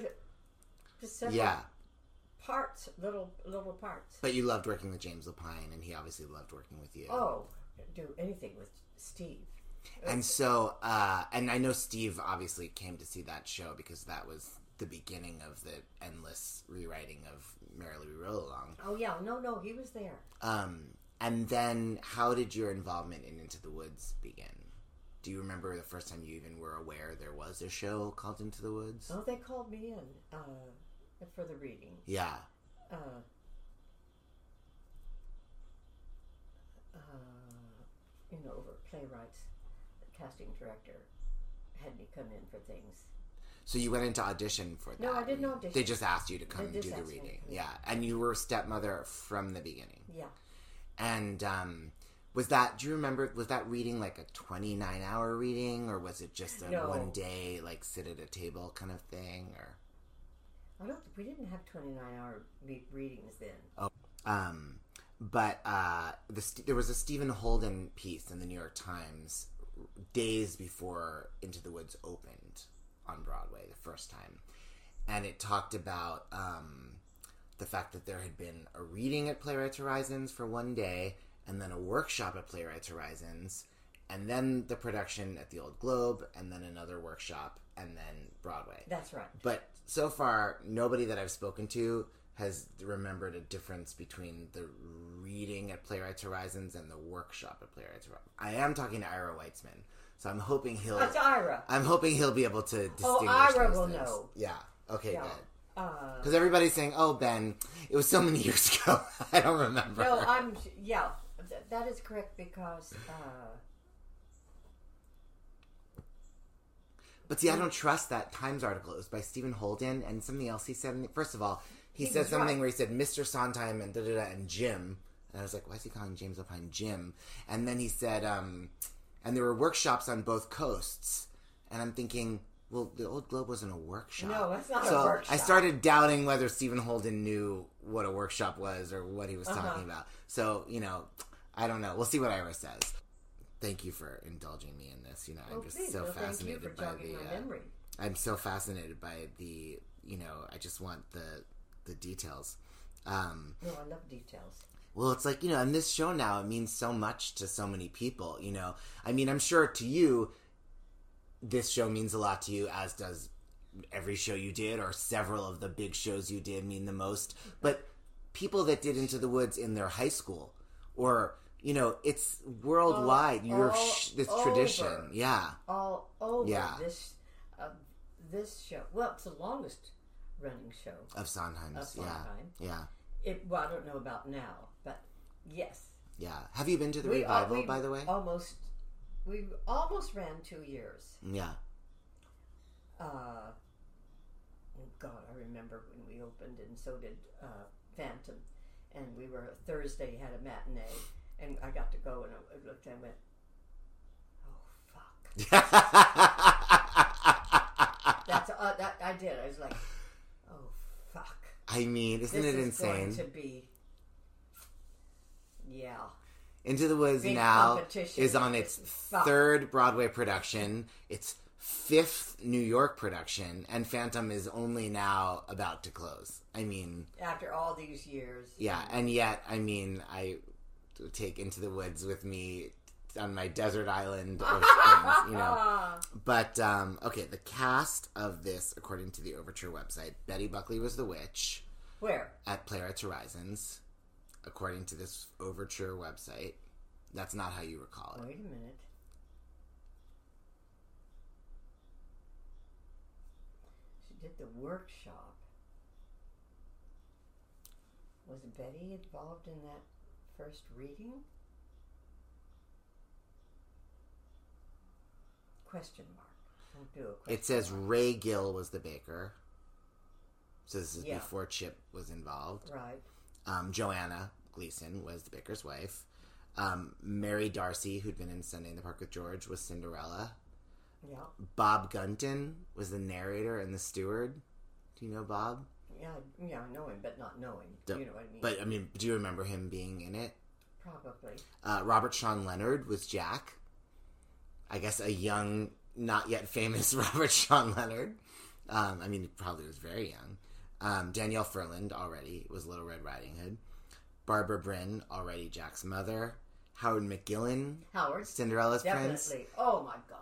D: just several
B: Yeah.
D: parts, little little parts.
B: But you loved working with James Lapine, and he obviously loved working with you.
D: Oh, do anything with Steve.
B: And so, uh, and I know Steve obviously came to see that show because that was the beginning of the endless rewriting of Merrily We Roll Along.
D: Oh yeah, no, no, he was there.
B: Um, and then, how did your involvement in Into the Woods begin? Do you remember the first time you even were aware there was a show called Into the Woods?
D: Oh, they called me in uh, for the reading.
B: Yeah.
D: Uh, uh, you know, over at playwrights, the casting director had me come in for things.
B: So you went into audition for that?
D: No, I didn't audition.
B: They just asked you to
D: They
B: come do
D: just
B: the
D: asked me to
B: reading.
D: come.
B: Yeah. And you were stepmother from the beginning.
D: Yeah.
B: And um, was that, do you remember, was that reading like a 29 hour reading or was it just a
D: No.
B: one day, like sit at a table kind of thing? Or,
D: I don't. We didn't have twenty nine hour re- readings then.
B: oh. Um, but uh, the, St- there was a Stephen Holden piece in the New York Times days before Into the Woods opened on Broadway the first time. And it talked about um, the fact that there had been a reading at Playwrights Horizons for one day, and then a workshop at Playwrights Horizons, and then the production at the Old Globe, and then another workshop, and then Broadway.
D: That's right.
B: But so far, nobody that I've spoken to has remembered a difference between the reading at Playwrights Horizons and the workshop at Playwrights Horizons. I am talking to Ira Weitzman, so I'm hoping he'll.
D: That's Ira. Oh,
B: I'm hoping he'll be able to distinguish.
D: Ira
B: those
D: will
B: things.
D: know.
B: Yeah. Okay.
D: Yeah.
B: Good.
D: Uh,
B: Because everybody's saying, "Oh, Ben, it was so many years ago. I don't remember."
D: no, I'm yeah. th- that is correct because uh,
B: but see, I don't trust that Times article. It was by Stephen Holden and something else he said. in it- First of all, he,
D: He
B: said
D: was
B: something
D: right.
B: where he said Mr. Sondheim and da da da and Jim, and I was like, "Why is he calling James Lapine Jim?" And then he said, um, "And there were workshops on both coasts," and I'm thinking. Well, the Old Globe wasn't a workshop.
D: No, it's not a
B: so I
D: workshop.
B: started doubting whether Stephen Holden knew what a workshop was or what he was
D: Uh-huh.
B: talking about. So, you know, I don't know. We'll see what Ira says. Thank you for indulging me in this. You know,
D: Oh,
B: I'm just
D: please,
B: so
D: well, thank you
B: fascinated
D: for
B: by
D: jogging
B: the.
D: my
B: uh,
D: memory.
B: I'm so fascinated by the. You know, I just want the the details. Um,
D: no, I love details.
B: well, it's like you know, in this show now, it means so much to so many people. You know, I mean, I'm sure to you, this show means a lot to you, as does every show you did or several of the big shows you did mean the most, but people that did Into the Woods in their high school or you know, it's
D: Oh,
B: worldwide.
D: All-
B: Your
D: all
B: sh- this
D: over.
B: tradition, yeah.
D: all over
B: Yeah.
D: this uh, this show. Well, it's the longest running show
B: Of Sondheim's,
D: Of
B: yeah.
D: Sondheim.
B: Yeah.
D: It, well, I don't know about now, but yes.
B: Yeah. Have you been to the
D: We al-
B: revival,
D: we oh.
B: by the way?
D: Almost, we almost ran two years.
B: Yeah.
D: Uh, oh God, I remember when we opened, and so did uh, Phantom, and we were Thursday had a matinee, and I got to go, and I looked and went, "Oh fuck." That's uh, that I did. I was like, "Oh fuck."
B: I mean, isn't
D: This
B: it
D: is going
B: insane?
D: to be, yeah.
B: Into the Woods
D: Big
B: now
D: competition.
B: is on its
D: Fuck.
B: third Broadway production, its fifth New York production, and Phantom is only now about to close. I mean,
D: After all these years,
B: yeah, and yet, I mean, I take Into the Woods with me on my desert island of things, you know. But um, okay, the cast of this, according to the Overture website, Betty Buckley was the witch.
D: Where?
B: At Playwrights Horizons, according to this Overture website. That's not how you recall it.
D: Wait a minute. She did the workshop. Was Betty involved in that first reading? Question mark. Don't do a question.
B: It says Ray Gill was the baker. So this is
D: Yeah.
B: before Chip was involved.
D: Right.
B: Um, Joanna Gleason was the baker's wife. Um, Mary Darcy, who'd been in Sunday in the Park with George, was Cinderella.
D: Yeah.
B: Bob Gunton was the narrator and the steward. Do you know Bob?
D: Yeah, I- yeah, I know him, but not know him.
B: Do-
D: you know what I mean?
B: But I mean, do you remember him being in it?
D: Probably.
B: Uh, Robert Sean Leonard was Jack. I guess a young, not yet famous Robert Sean Leonard. Um, I mean, he probably was very young. Um, Danielle Furland already was Little Red Riding Hood. Barbara Bryn, already Jack's mother. Howard McGillen,
D: Howard.
B: Cinderella's
D: Definitely.
B: prince.
D: Oh my God.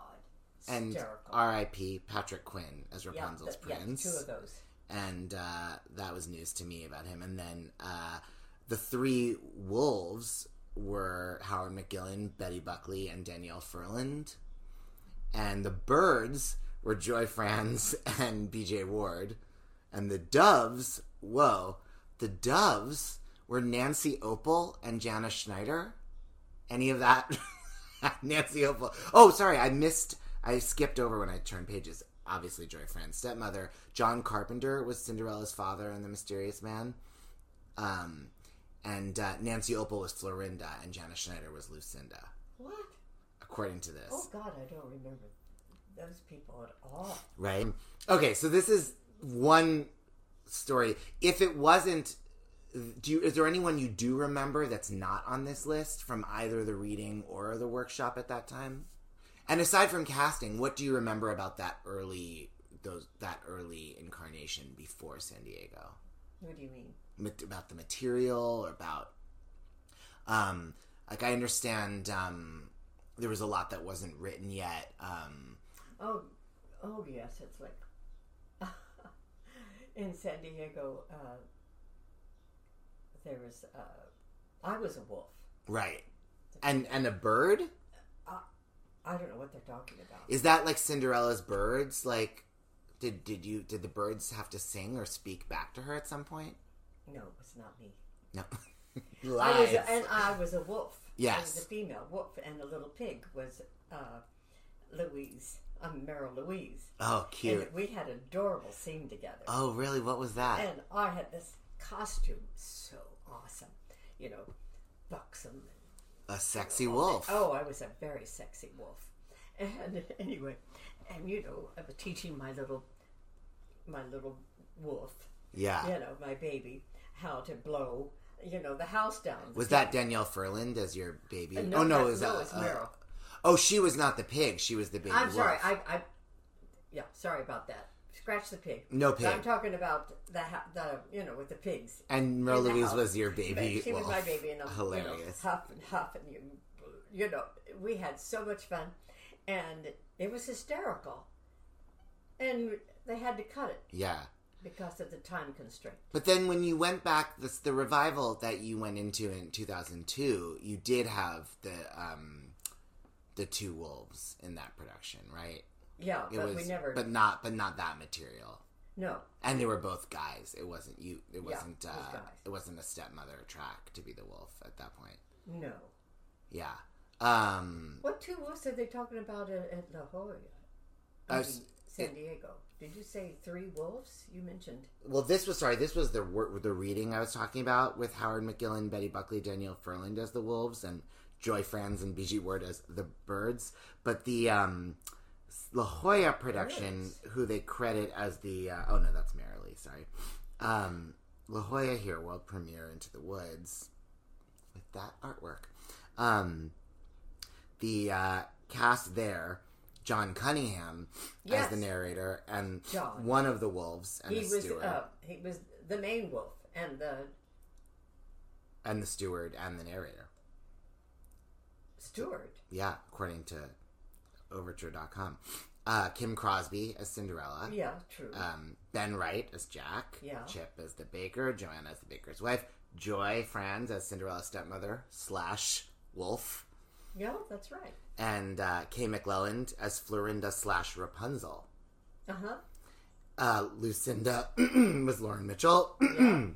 B: And
D: Hysterical.
B: R.I.P. Patrick Quinn as
D: Yeah,
B: Rapunzel's
D: th- yeah,
B: prince
D: two of those.
B: and uh, that was news to me about him. And then uh, the three wolves were Howard McGillen, Betty Buckley, and Danielle Furland. And the birds were Joy Franz and B.J. Ward. And the doves, whoa, the doves were Nancy Opal and Jana Schneider. Any of that? Nancy Opal. Oh, sorry, I missed. I skipped over when I turned pages. Obviously, Joy Fran's stepmother. John Carpenter was Cinderella's father and the mysterious man. Um, and uh, Nancy Opal was Florinda, and Janice Schneider was Lucinda,
D: What?
B: according to this.
D: Oh God, I don't remember those people at all.
B: right? Okay, so this is one story. If it wasn't, do you, is there anyone you do remember that's not on this list from either the reading or the workshop at that time? And aside from casting, what do you remember about that early those that early incarnation before San Diego?
D: What do you mean?
B: mat- about the material or about um like i understand um there was a lot that wasn't written yet um
D: Oh, oh yes, it's like in San Diego. Uh, there was. Uh, I was a wolf.
B: right and and a bird
D: I don't know what they're talking about.
B: is that like cinderella's birds like did did you did the birds have to sing or speak back to her at some point
D: No, it was not me.
B: no
D: I was,
B: Lies.
D: and I was a wolf. I was
B: Yes.
D: a female wolf, and the little pig was uh, Louise. I'm Meryl Louise.
B: Oh, cute.
D: And we had an adorable scene together.
B: oh really what was that
D: And I had this costume so awesome, you know, buxom. and-
B: a sexy wolf
D: Oh, I was a very sexy wolf. And anyway, and you know, I was teaching my little, my little wolf.
B: Yeah.
D: You know, my baby, how to blow, you know, the house down.
B: was that danielle furland as your baby
D: Uh,
B: oh no
D: that-
B: it was,
D: no,
B: uh,
D: it's
B: uh,
D: Meryl.
B: oh she was not the pig she was the baby
D: I'm
B: wolf.
D: sorry. I, I, yeah, sorry about that. Scratch the pig.
B: No
D: But I'm
B: pig.
D: talking about the ha- the you know with the pigs.
B: And Merle
D: in the
B: Louise
D: house.
B: was your baby
D: But She was my
B: wolf.
D: baby, and I'm You know,
B: Hilarious.
D: huff and huff, and you, you know, we had so much fun, and it was hysterical, and They had to cut it
B: Yeah.
D: because of the time constraint.
B: But then when you went back, this the revival that you went into in 2002, you did have the um, the two wolves in that production, right?
D: Yeah,
B: It
D: but we
B: was,
D: never-
B: but not, but not that material.
D: No.
B: and they were both guys. It wasn't you. It
D: Yeah,
B: wasn't.
D: it was
B: uh,
D: guys.
B: it wasn't a stepmother track to be the wolf at that point.
D: No.
B: Yeah. Um,
D: What two wolves are they talking about at, at La Jolla? I
B: I
D: mean,
B: was-
D: San Diego. Did you say three wolves? You mentioned.
B: well, this was sorry. This was the wor- the reading I was talking about with Howard McGillen, Betty Buckley, Danielle Ferland as the wolves, and Joy Franz and Bijie Ward as the birds. But the um, La Jolla production, who they credit as the uh, oh no, that's Marilee. Sorry, um, La Jolla here world premiere Into the Woods with that artwork. Um, the uh, cast there, John Cunningham
D: Yes.
B: as the narrator, and
D: John.
B: one of the wolves, and
D: he
B: the
D: was
B: steward,
D: uh, he was the main wolf and the
B: and the steward and the narrator.
D: steward.
B: Yeah, according to Overture.com. Uh, Kim Crosby as Cinderella.
D: Yeah, true.
B: Um, ben Wright as Jack.
D: Yeah.
B: Chip as the baker. Joanna as the baker's wife. Joy Franz as Cinderella's stepmother slash wolf.
D: Yeah, that's right.
B: And uh, Kay McClelland as Florinda slash Rapunzel.
D: Uh huh.
B: Uh, Lucinda was Lauren Mitchell.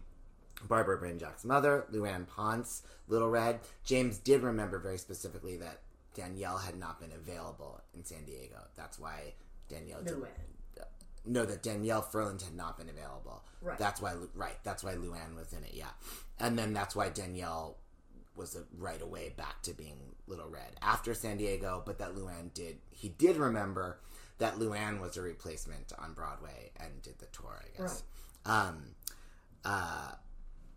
B: Barbara Brinjack's mother, Luann Ponce, Little Red. James did remember very specifically that Danielle had not been available in San Diego. That's why Danielle didn't.
D: Luann.
B: No, that Danielle Ferland had not been available.
D: Right.
B: That's why. Lu- Right. That's why Luann was in it. Yeah, and then that's why Danielle was uh, right away back to being Little Red after San Diego. But that Luann did. He did remember that Luann was a replacement on Broadway and did the tour. I guess. Um, uh,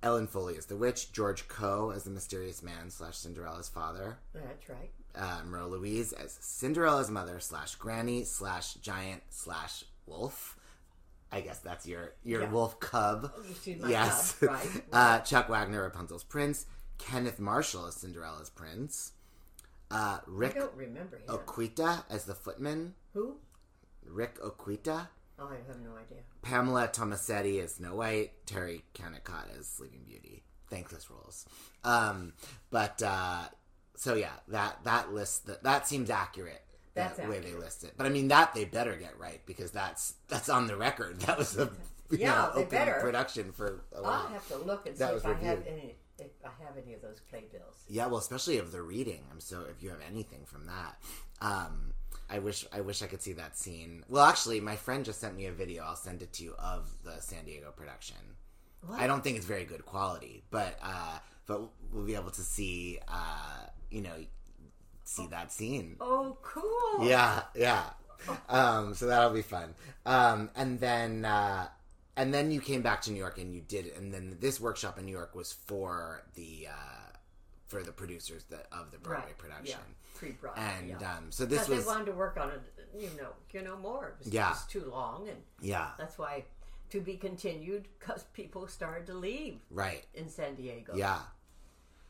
B: Ellen Foley as the witch, George Coe as the mysterious man slash Cinderella's father,
D: That's right.
B: uh, Merle Louise as Cinderella's mother slash granny slash giant slash wolf. I guess that's your your
D: Yeah.
B: wolf cub.
D: Oh, you see my
B: yes,
D: cub, right,
B: uh, Chuck Wagner Rapunzel's prince, Kenneth Marshall as Cinderella's prince, uh, Rick Oh,
D: I don't remember him.
B: Oquita as the footman,
D: Who?
B: Rick Oquita.
D: Oh, I have no idea.
B: Pamela Tomasetti as Snow White, Terry Kennicott as Sleeping Beauty. Thankless roles. Um, but uh, so yeah, that that list that, that seems accurate.
D: That's
B: the way they list it. But I mean that they better get right because that's that's on the record. That was a you
D: Yeah,
B: know,
D: they
B: open
D: better.
B: production for a while.
D: I'll have to look and see
B: That
D: if
B: was
D: I have
B: reviewed.
D: any if I have any of those playbills.
B: Yeah, well, especially of the reading. I'm so if you have anything from that, um, I wish I wish I could see that scene. Well, actually, my friend just sent me a video. I'll send it to you of the San Diego production.
D: What?
B: I don't think it's very good quality, but uh, but we'll be able to see uh, you know see that scene.
D: Oh, cool.
B: Yeah, yeah. Um, so that'll be fun. Um, and then uh, and then you came back to New York and you did and then this workshop in New York was for the uh, for the producers that, of the Broadway
D: Right,
B: production.
D: yeah, pre-Broadway,
B: And
D: yeah.
B: um, so this
D: 'Cause
B: was
D: they wanted to work on it, you know, you know more. It was
B: Yeah.
D: just too long, and
B: Yeah.
D: that's why to be continued because people started to leave
B: right.
D: in San Diego.
B: Yeah.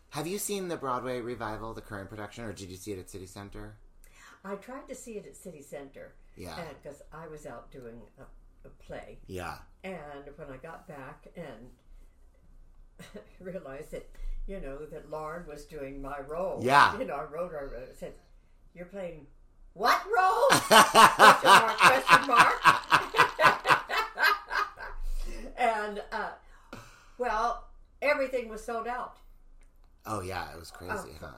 B: Have you seen the Broadway revival, the current production, or did you see it at City Center?
D: I tried to see it at City Center.
B: Yeah.
D: because I was out doing a, a play.
B: Yeah.
D: And when I got back and realized that, you know, that Lauren was doing my role.
B: Yeah.
D: You know, I wrote her, uh, said, You're playing what role? question mark, question mark. and, uh, well, everything was sold out.
B: Oh yeah, it was crazy, huh?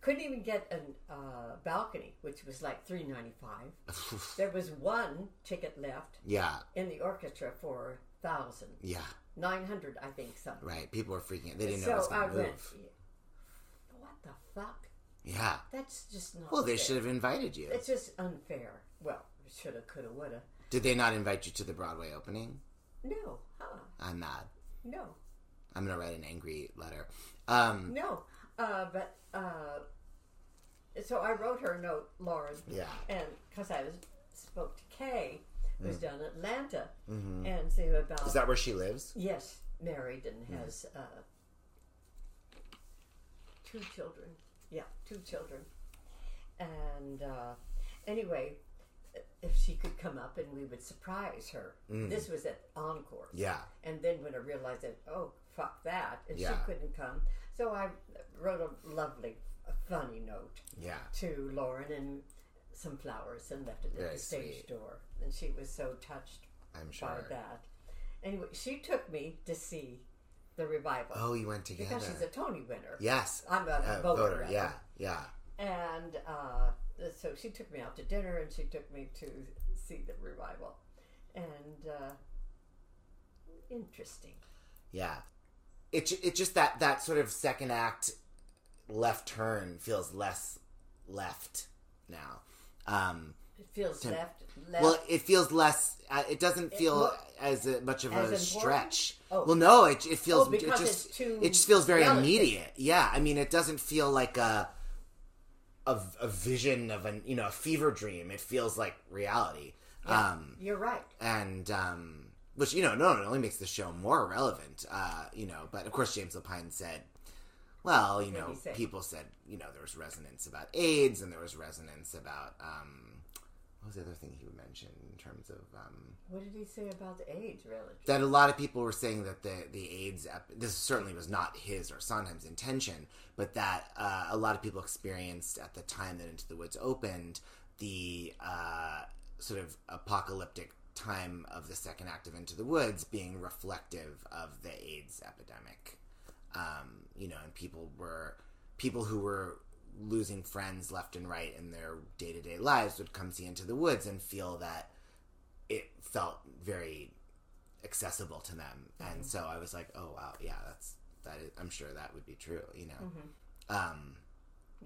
D: Couldn't even get a uh, balcony, which was like three ninety five. there was one ticket left
B: Yeah.
D: in the orchestra for thousand.
B: Yeah.
D: Nine hundred, I think, something.
B: Right. People were freaking out. They didn't
D: so
B: know it
D: uh,
B: was
D: I
B: gonna move.
D: went, what the fuck?
B: Yeah.
D: That's just not.
B: Well, they
D: fair.
B: should have invited you.
D: It's just unfair. Well, shoulda, coulda, woulda.
B: Did they not invite you to the Broadway opening?
D: No, huh?
B: I'm mad.
D: No,
B: I'm gonna write an angry letter. Um,
D: no. Uh, but uh, so I wrote her a note, Lauren.
B: Yeah.
D: And because I was spoke to Kay, who's
B: Mm.
D: down in Atlanta,
B: Mhm.
D: and see about
B: Is that where she lives?
D: Yes, married
B: Mm-hmm.
D: and has uh, two children. Yeah, two children. And uh, anyway, if she could come up and we would surprise her.
B: Mm.
D: This was at Encore.
B: Yeah.
D: And then when I realized that, oh, fuck that, and she
B: Yeah.
D: couldn't come. So I wrote a lovely, funny note
B: Yeah.
D: to Lauren and some flowers and left it at
B: Very
D: the stage
B: sweet.
D: door. And she was so touched
B: I'm
D: by
B: sure.
D: that. Anyway, she took me to see the revival.
B: Oh, you went together.
D: Because she's a Tony winner.
B: Yes.
D: I'm a
B: Uh,
D: voter. rather.
B: Yeah. Yeah.
D: And uh, so she took me out to dinner and she took me to see the revival. And uh, interesting.
B: Yeah. It ju- it just that that sort of second act left turn feels less left now. Um
D: It feels
B: to-
D: left, left.
B: Well, it feels less. Uh, it doesn't
D: It
B: feel
D: look-
B: as uh, much of
D: as
B: a
D: important?
B: stretch.
D: Oh.
B: Well, no, it, it feels
D: Oh,
B: it
D: because
B: just
D: it's too
B: it just feels very
D: relative.
B: immediate. Yeah, I mean, it doesn't feel like a a, a vision of an you know a fever dream. It feels like reality.
D: Yeah,
B: Um,
D: you're right.
B: and um, which you know, no, it only makes the show more relevant. Uh, you know, but of course, James Lapine said, "Well, you
E: What did
B: know,
E: he say?
B: people said you know there was resonance about AIDS, and there was resonance about um, what was the other thing he mentioned in terms of um,
D: What did he say about the age, really?
B: that a lot of people were saying that the the AIDS ep- this certainly was not his or Sondheim's intention, but that uh, a lot of people experienced at the time that Into the Woods opened the uh, sort of apocalyptic time of the second act of Into the Woods being reflective of the AIDS epidemic, um, you know, and people were people who were losing friends left and right in their day to day lives would come see Into the Woods and feel that it felt very accessible to them and
D: Mm-hmm.
E: Mhm.
B: so i was like oh wow yeah that's that is, i'm sure that would be true you know
D: Mhm.
B: um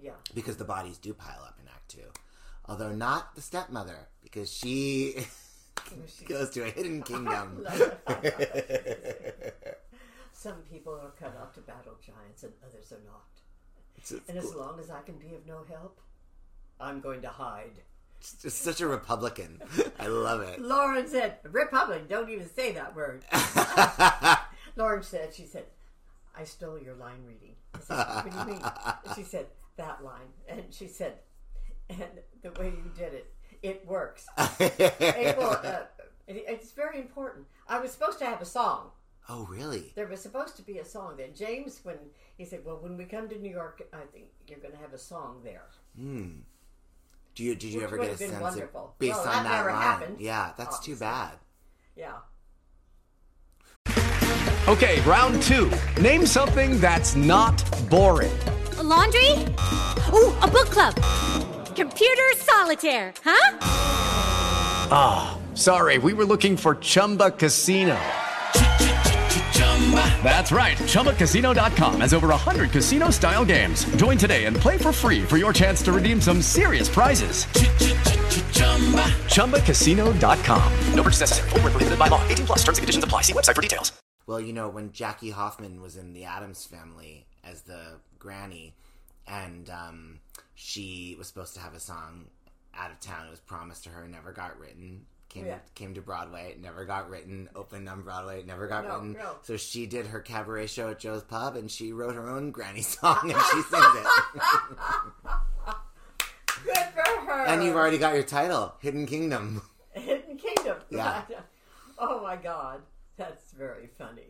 D: Yeah.
B: because the bodies do pile up in act two although not the stepmother because she goes to a hidden kingdom
D: Some people are cut out to battle giants and others are not.
B: It's- it's
D: and as
B: cool.
D: long as I can be of no help, I'm going to hide.
B: It's just such a republican i love it
D: Lauren said, Republic, don't even say that word. Lauren said, she said, I stole your line reading. I said, what do you mean? She said, that line. And she said, and the way you did it, it works. April, uh, it- it's very important. I was supposed to have a song.
B: oh really
D: There was supposed to be a song that James, when he said, well, when we come to New York, I think you're going to have a song there.
B: hmm do you did you
D: Which
B: ever
D: would
B: get a
D: have been
B: sense
D: wonderful.
B: of based
D: Well,
B: on
D: that
B: that,
D: never
B: line
D: happened,
B: yeah that's too bad
D: Yeah.
F: Okay, round two. Name something that's not boring.
G: A laundry? Ooh, a book club. Computer solitaire, huh?
F: Ah, sorry, we were looking for Chumba Casino. That's right, ChumbaCasino.com has over 100 casino style games. Join today and play for free for your chance to redeem some serious prizes. ChumbaCasino.com. No purchase necessary, Void where prohibited by law, 18 plus terms and conditions apply. See website for details.
B: Well, you know, when Jackie Hoffman was in the Adams family as the granny, and um, she was supposed to have a song out of town, it was promised to her, never got written. Came,
E: Yeah.
B: came to Broadway, never got written. Opened on Broadway, never got
E: No,
B: written.
E: no.
B: So she did her cabaret show at Joe's Pub, and she wrote her own granny song, and she sings it.
D: Good for her.
B: and you've already got your title, Hidden Kingdom.
D: Hidden Kingdom.
B: Yeah.
D: oh my God, that's very funny.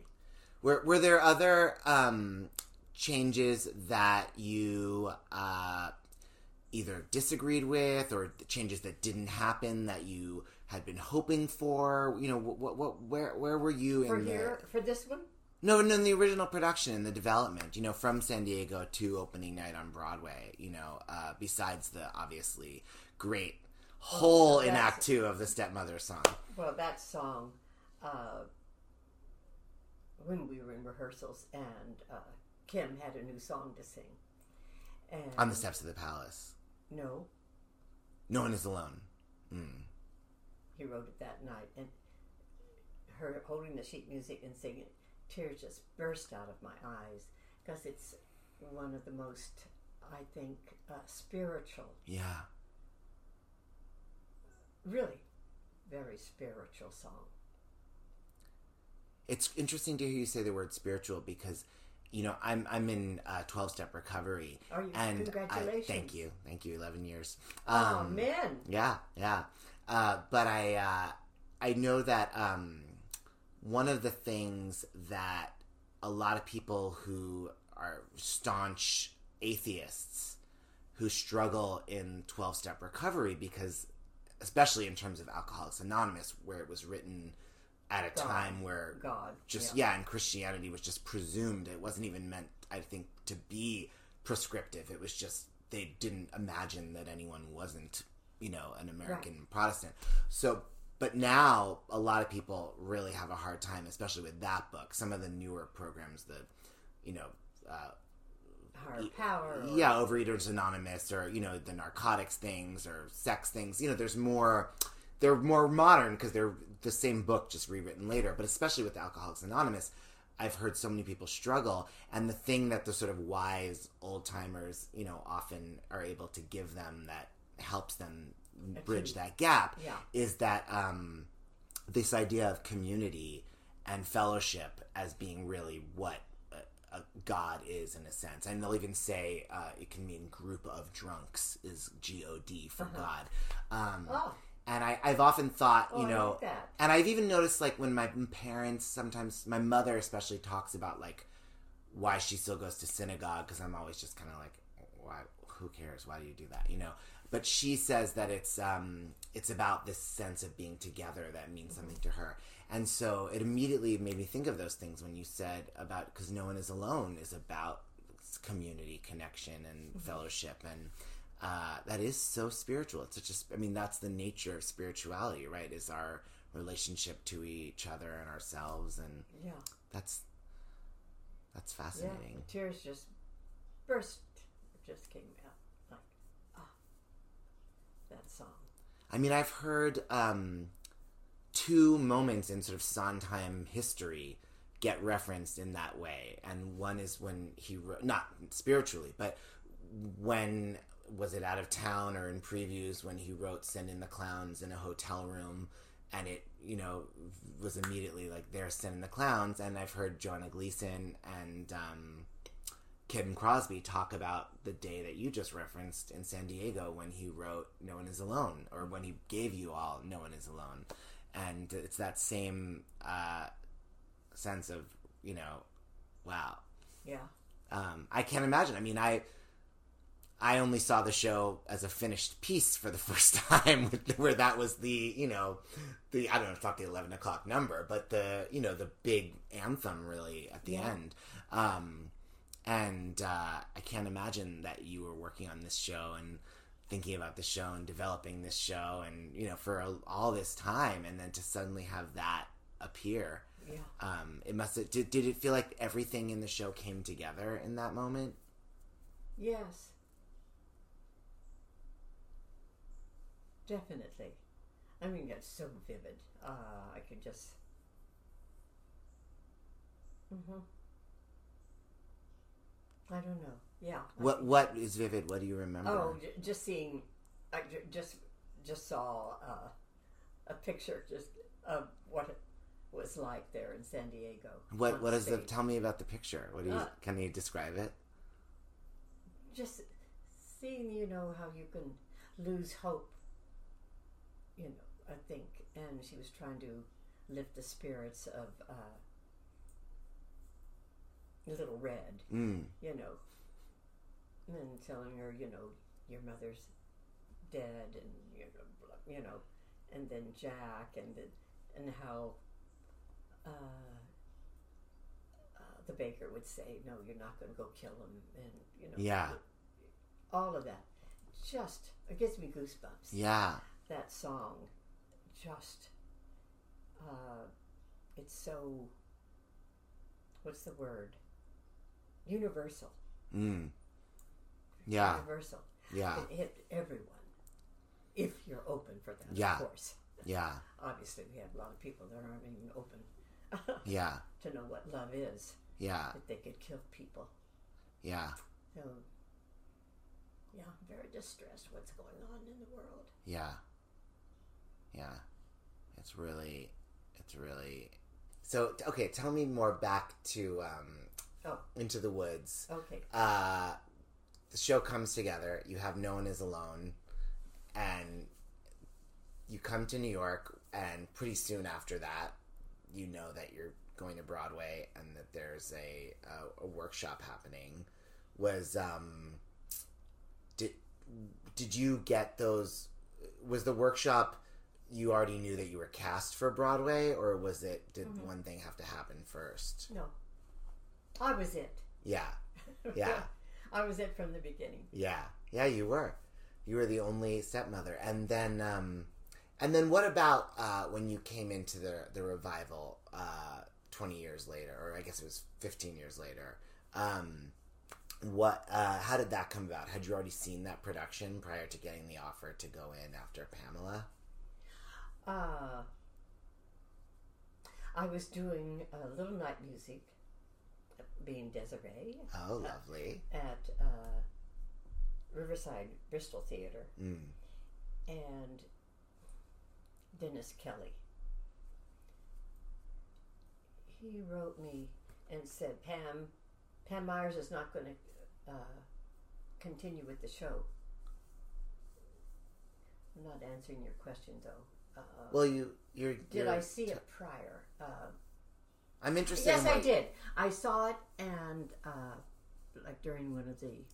B: Were Were there other um, changes that you uh, either disagreed with, or changes that didn't happen that you had been hoping for? You know, what, what, what where, where were you
D: For
B: in
D: here,
B: the
D: for this one,
B: no, no, in the original production, in the development? You know, from San Diego to opening night on Broadway. You know, uh, besides the obviously great hole in
D: that's-
B: Act Two of the stepmother song.
D: well, that song, uh, when we were in rehearsals, and uh, Kim had a new song to sing. And
B: On the steps of the palace,
D: No,
B: no one is alone. Mm.
D: he wrote it that night, and her holding the sheet music and singing, tears just burst out of my eyes because it's one of the most, I think, uh, spiritual
B: Yeah.
D: really very spiritual song.
B: it's interesting to hear you say the word spiritual because you know i'm i'm in uh 12 step recovery
D: Oh, you-
B: and I-
D: congratulations.
B: Um, thank you thank you 11 years
D: Aw, man.
B: yeah yeah Uh, but I uh, I know that um, one of the things that a lot of people who are staunch atheists who struggle in 12 step recovery because especially in terms of alcoholics anonymous where it was written at a
D: God.
B: time where
D: God,
B: just
D: yeah.
B: yeah. and christianity was just presumed it wasn't even meant i think to be prescriptive it was just they didn't imagine that anyone wasn't you know an american protestant so but now a lot of people really have a hard time especially with that book some of the newer programs the you know uh,
D: higher power. or-
B: yeah, Overeaters Anonymous, or you know the narcotics things, or sex things. You know, there's more. They're more modern because they're the same book just rewritten later. But especially with Alcoholics Anonymous, I've heard so many people struggle, and the thing that the sort of wise old timers, you know, often are able to give them that helps them bridge that gap
E: Yeah.
B: is that um, this idea of community and fellowship as being really what a, a god is in a sense and they'll even say uh, it can mean group of drunks is god for god um,
D: Uh-huh. Oh.
B: and I, i've often thought
D: Oh,
B: you
D: I
B: know
D: like that.
B: and i've even noticed like when my parents sometimes my mother especially talks about like why she still goes to synagogue because i'm always just kind of like why who cares why do you do that you know but she says that it's um it's about this sense of being together that means something to her and so it immediately made me think of those things when you said about because no one is alone is about community connection and
E: Mhm.
B: fellowship and uh, that is so spiritual it's such a sp- i mean that's the nature of spirituality right is our relationship to each other and ourselves and
D: Yeah.
B: that's that's
D: Yeah,
B: fascinating
D: the tears just burst, just came out like ah, that song.
B: I mean, I've heard um, two moments in sort of Sondheim history get referenced in that way, and one is when he wrote not spiritually, but when was it out of town or in previews when he wrote "Send in the Clowns" in a hotel room, and it you know was immediately like they're sending the clowns, and I've heard Jonah Gleason and. Um, Kim Crosby talk about the day that you just referenced in San Diego when he wrote No One Is Alone, or when he gave you all No One Is Alone. And it's that same uh, sense of, you know, wow.
D: Yeah.
B: Um, I can't imagine. I mean, I. I only saw the show as a finished piece for the first time, where that was the you know, the I don't know, it's not the eleven o'clock number, but the you know the big anthem really at the
E: Yeah.
B: end. Um, and uh, I can't imagine that you were working on this show and thinking about the show and developing this show and you know for a, all this time, and then to suddenly have that appear.
D: Yeah.
B: Um, it must have, did. Did it feel like everything in the show came together in that moment?
D: Yes. Definitely. I mean, that's so vivid. Uh, I could just. hmm I don't know. Yeah. I
B: What What is vivid? What do you remember?
D: Oh, j- just seeing, I ju- just just saw uh, a picture just of what it was like there in San Diego.
B: What
D: on
B: what is the
D: stage.
B: tell me about the picture? What do you
D: Uh,
B: can you describe it?
D: Just seeing, you know, how you can lose hope. You know, I think, and she was trying to lift the spirits of uh, Little Red.
E: Mm.
D: You know, and telling her, you know, your mother's dead, and you know, bl- you know, and then Jack, and then and how uh, uh, the baker would say, "No, you're not going to go kill him," and you know,
B: Yeah.
D: all of that. Just it gives me goosebumps.
B: Yeah.
D: that song, just uh, it's so. What's the word? Universal.
B: Mm. Yeah.
D: Universal.
B: Yeah.
D: It hit everyone. If you're open for that,
B: Yeah.
D: of course.
B: Yeah.
D: Obviously, we have a lot of people that aren't even open
B: Yeah.
D: to know what love is.
B: Yeah.
D: That they could kill people.
B: Yeah.
D: So, yeah, I'm very distressed what's going on in the world.
B: Yeah. Yeah. It's really it's really So t- okay, tell me more back to um
D: Oh.
B: Into the Woods.
D: Okay.
B: Uh the show comes together, you have No One Is Alone and you come to New York, and pretty soon after that, you know that you're going to Broadway and that there's a a, a workshop happening. Was um, did did you get those? Was the workshop you already knew that you were cast for Broadway, or was it did
D: Mhm.
B: one thing have to happen first?
D: No. I was it.
B: Yeah, yeah.
D: I was it from the beginning.
B: Yeah, yeah, you were. You were the only stepmother, and then, um, and then what about uh, when you came into the the revival uh, twenty years later, or I guess it was fifteen years later? Um, what? Uh, how did that come about? Had you already seen that production prior to getting the offer to go in after Pamela?
D: Uh, I was doing uh, little night music, being Desiree.
B: Oh, lovely.
D: At uh, Riverside Bristol Theater.
B: Mm.
D: and Dennis Kelly. He wrote me and said, Pam, Pam Myers is not going to uh, continue with the show. I'm not answering your question though. Uh,
B: Well, you- you're-
D: Did
B: you're
D: I see
B: t-
D: it prior? Uh,
B: I'm interested.
D: Yes,
B: in
D: I
B: what-
D: did. I saw it, and uh, like during one of the,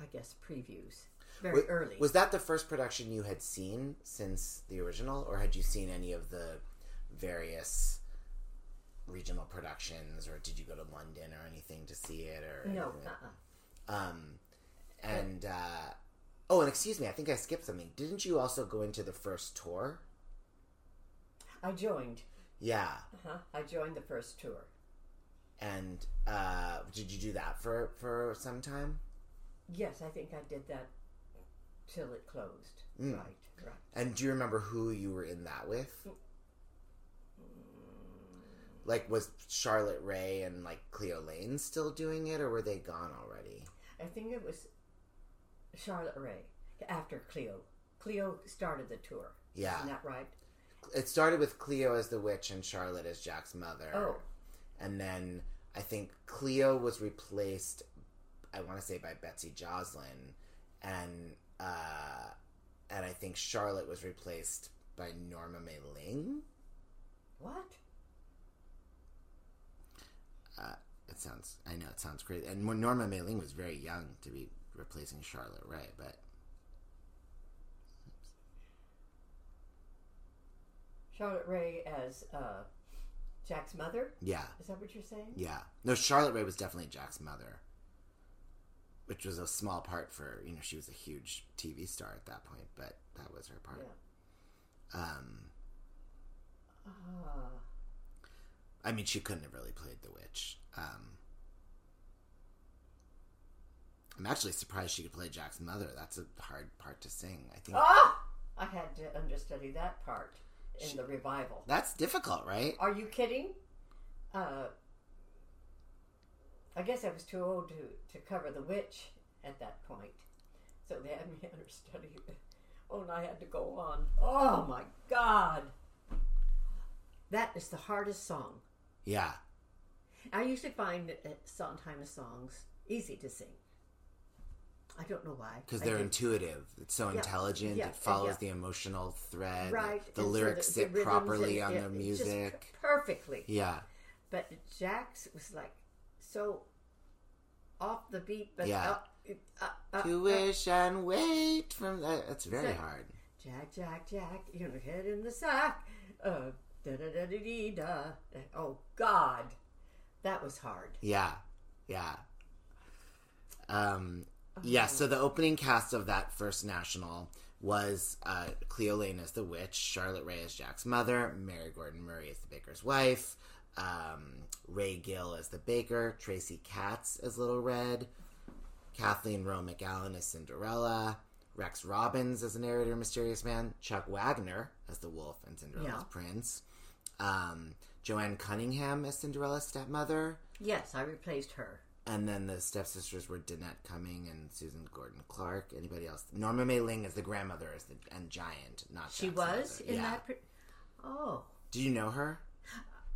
D: I guess, previews, very
B: Wa-
D: early.
B: Was that the first production you had seen since the original, or had you seen any of the various regional productions, or did you go to London or anything to see it? Or
D: No,
B: anything?
D: uh-uh.
B: Um, and uh, oh, and excuse me, I think I skipped something. Didn't you also go into the first tour?
D: I joined.
B: Yeah,
D: Uh-huh. I joined the first tour.
B: and uh, did you do that for for some time?
D: Yes, I think I did that till it closed.
B: Mm.
D: Right, right.
B: And do you remember who you were in that with? Like, was Charlotte Ray and like Cleo Lane still doing it, or were they gone already?
D: I think it was Charlotte Ray after Cleo. Cleo started the tour.
B: Yeah.
D: Isn't that right?
B: It started with Cleo as the witch and Charlotte as Jack's mother.
D: Oh.
B: And then I think Cleo was replaced, I want to say, by Betsy Joslin. And, uh, and I think Charlotte was replaced by Norma May Ling.
D: What?
B: uh, it sounds I know it sounds crazy. And when Norma May Ling was very young to be replacing Charlotte Ray, but
D: Charlotte Ray as uh, Jack's mother?
B: yeah,
D: Is that what you're saying?
B: Mm. yeah. No, Charlotte Ray was definitely Jack's mother, which was a small part for you know she was a huge TV star at that point, but that was her part. Um,
D: Ah.
B: I mean, she couldn't have really played the witch. Um, I'm actually surprised she could play Jack's mother. That's a hard part to sing. I think
D: Ah! I had to understudy that part in the revival.
B: that's difficult, right?
D: Are you kidding? Uh, I guess I was too old to, to cover the witch at that point. So they had me understudy. Oh, and I had to go on. Oh my God! That is the hardest song.
B: Yeah.
D: I usually find uh, sometimes songs easy to sing. I don't know why.
B: because
D: I
B: they're
D: think-
B: intuitive. It's so
D: Yeah,
B: intelligent.
D: yeah,
B: it follows
D: yeah.
B: the emotional thread.
D: Right,
B: The
D: and so
B: lyrics
D: the- the
B: sit
D: rhythms
B: properly
D: and-
B: on
D: yeah,
B: the
D: it's just
B: music.
D: perfectly.
B: Yeah,
D: But Jax was like so off the beat, but
B: Yeah.
D: up, up, up,
B: to
D: up.
B: wish and wait from that. That's very
D: Exactly.
B: hard.
D: Jack, Jack, Jack, you know, head in the sack. Uh, da da da da dee da. Oh God, that was hard.
B: Yeah, yeah. Um, yeah. So the opening cast of that first national was uh, Cleo Lane as the witch, Charlotte Ray as Jack's mother, Mary Gordon Murray as the baker's wife, um, Ray Gill as the baker, Tracy Katz as Little Red, Kathleen Rowe McAllen as Cinderella, Rex Robbins as the narrator, Mysterious Man, Chuck Wagner as the wolf and Cinderella's
D: Yeah.
B: prince, um, Joanne Cunningham as Cinderella's stepmother,
D: Yes, I replaced her.
B: and then the stepsisters were Danette Cumming and Susan Gordon Clark. Anybody else? Norma May Ling as the grandmother as the, and giant, not
D: She
B: Jack's
D: was
B: mother.
D: in
B: yeah.
D: that. Pre- oh,
B: Do you know her?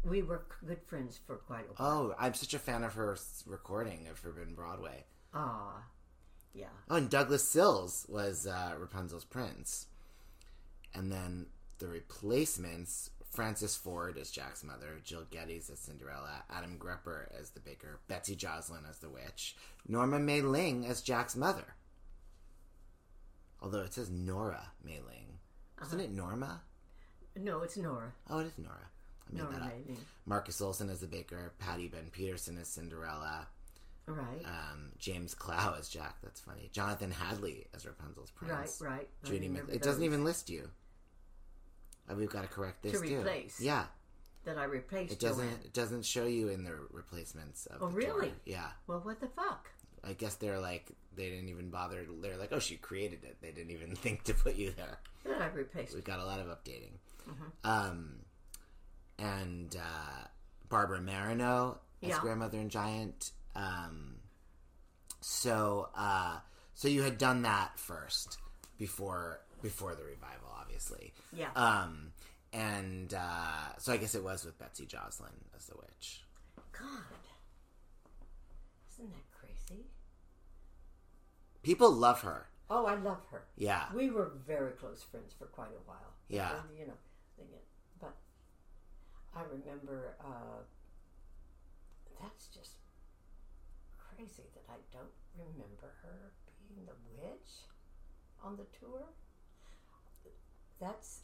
D: we were c- good friends for quite a while.
B: Oh, I'm such a fan of her s- recording of Forbidden Broadway.
D: Ah, yeah.
B: Oh, and Douglas Sills was uh, Rapunzel's prince. and then the replacements Frances Ford as Jack's mother, Jill Geddes as Cinderella, Adam Grepper as the baker, Betsy Joslin as the witch, Norma May Ling as Jack's mother. Although it says Nora May Ling. Isn't it Norma?
D: No, it's Nora.
B: Oh, it is Nora. I made
D: Nora
B: that up.
D: May Ling.
B: Marcus Olson as the baker, Patty Ben Peterson as Cinderella,
D: Right.
B: um, James Clow as Jack. That's funny. Jonathan Hadley as Rapunzel's prince.
D: Right, right. I
B: Judy. Mc-
D: remember
B: it doesn't
D: those.
B: even list you. And we've got to correct this
D: to
B: too.
D: replace.
B: Yeah,
D: That I replaced
B: it doesn't.
D: Joanne.
B: It doesn't show you in the replacements of.
D: Oh,
B: the
D: really?
B: door. Yeah.
D: Well, what the fuck?
B: I guess they're like they didn't even bother. They're like, oh, she created it. They didn't even think to put you there.
D: That I replaced.
B: We've got a lot of updating.
D: Mhm.
B: Um, and uh, Barbara Marino as
D: Yeah.
B: grandmother and giant. Um, so uh, so you had done that first before before the revival, obviously.
D: Yeah.
B: Um, and uh, so I guess it was with Betsy Joslin as the witch.
D: God. Isn't that crazy?
B: People love her.
D: Oh, I love her.
B: Yeah.
D: We were very close friends for quite a while.
B: Yeah.
D: And, you know, thinking, but I remember uh, that's just crazy that I don't remember her being the witch on the tour. That's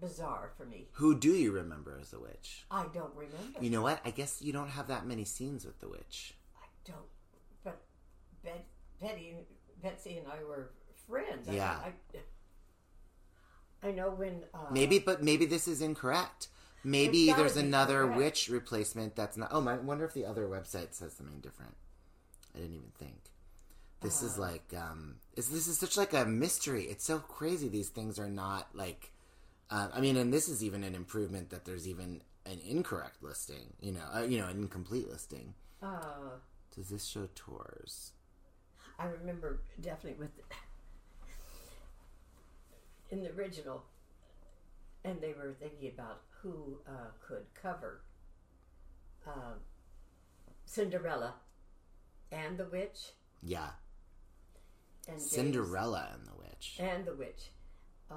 D: bizarre for me.
B: Who do you remember as the witch?
D: I don't remember.
B: You know what? I guess you don't have that many scenes with the witch.
D: don't. But Bet, Betty, Betsy, and I were friends. I-
B: Yeah.
D: I, I know when. Uh,
B: Maybe, but maybe this is incorrect. Maybe
D: gotta
B: there's
D: be
B: another
D: incorrect.
B: witch replacement that's not. Oh, my, I wonder if the other website says something different. I didn't even think. This is like, um, is this is such like a mystery. It's so crazy. These things are not like, uh, I mean, and this is even an improvement that there's even an incorrect listing. You know, uh, you know, an incomplete listing.
D: Uh,
B: Does this show tours?
D: I remember definitely with in the original, and they were thinking about who uh, could cover uh, Cinderella and the witch
B: Yeah,
D: and Eh. James-
B: Cinderella and the witch.
D: and the witch. Uh,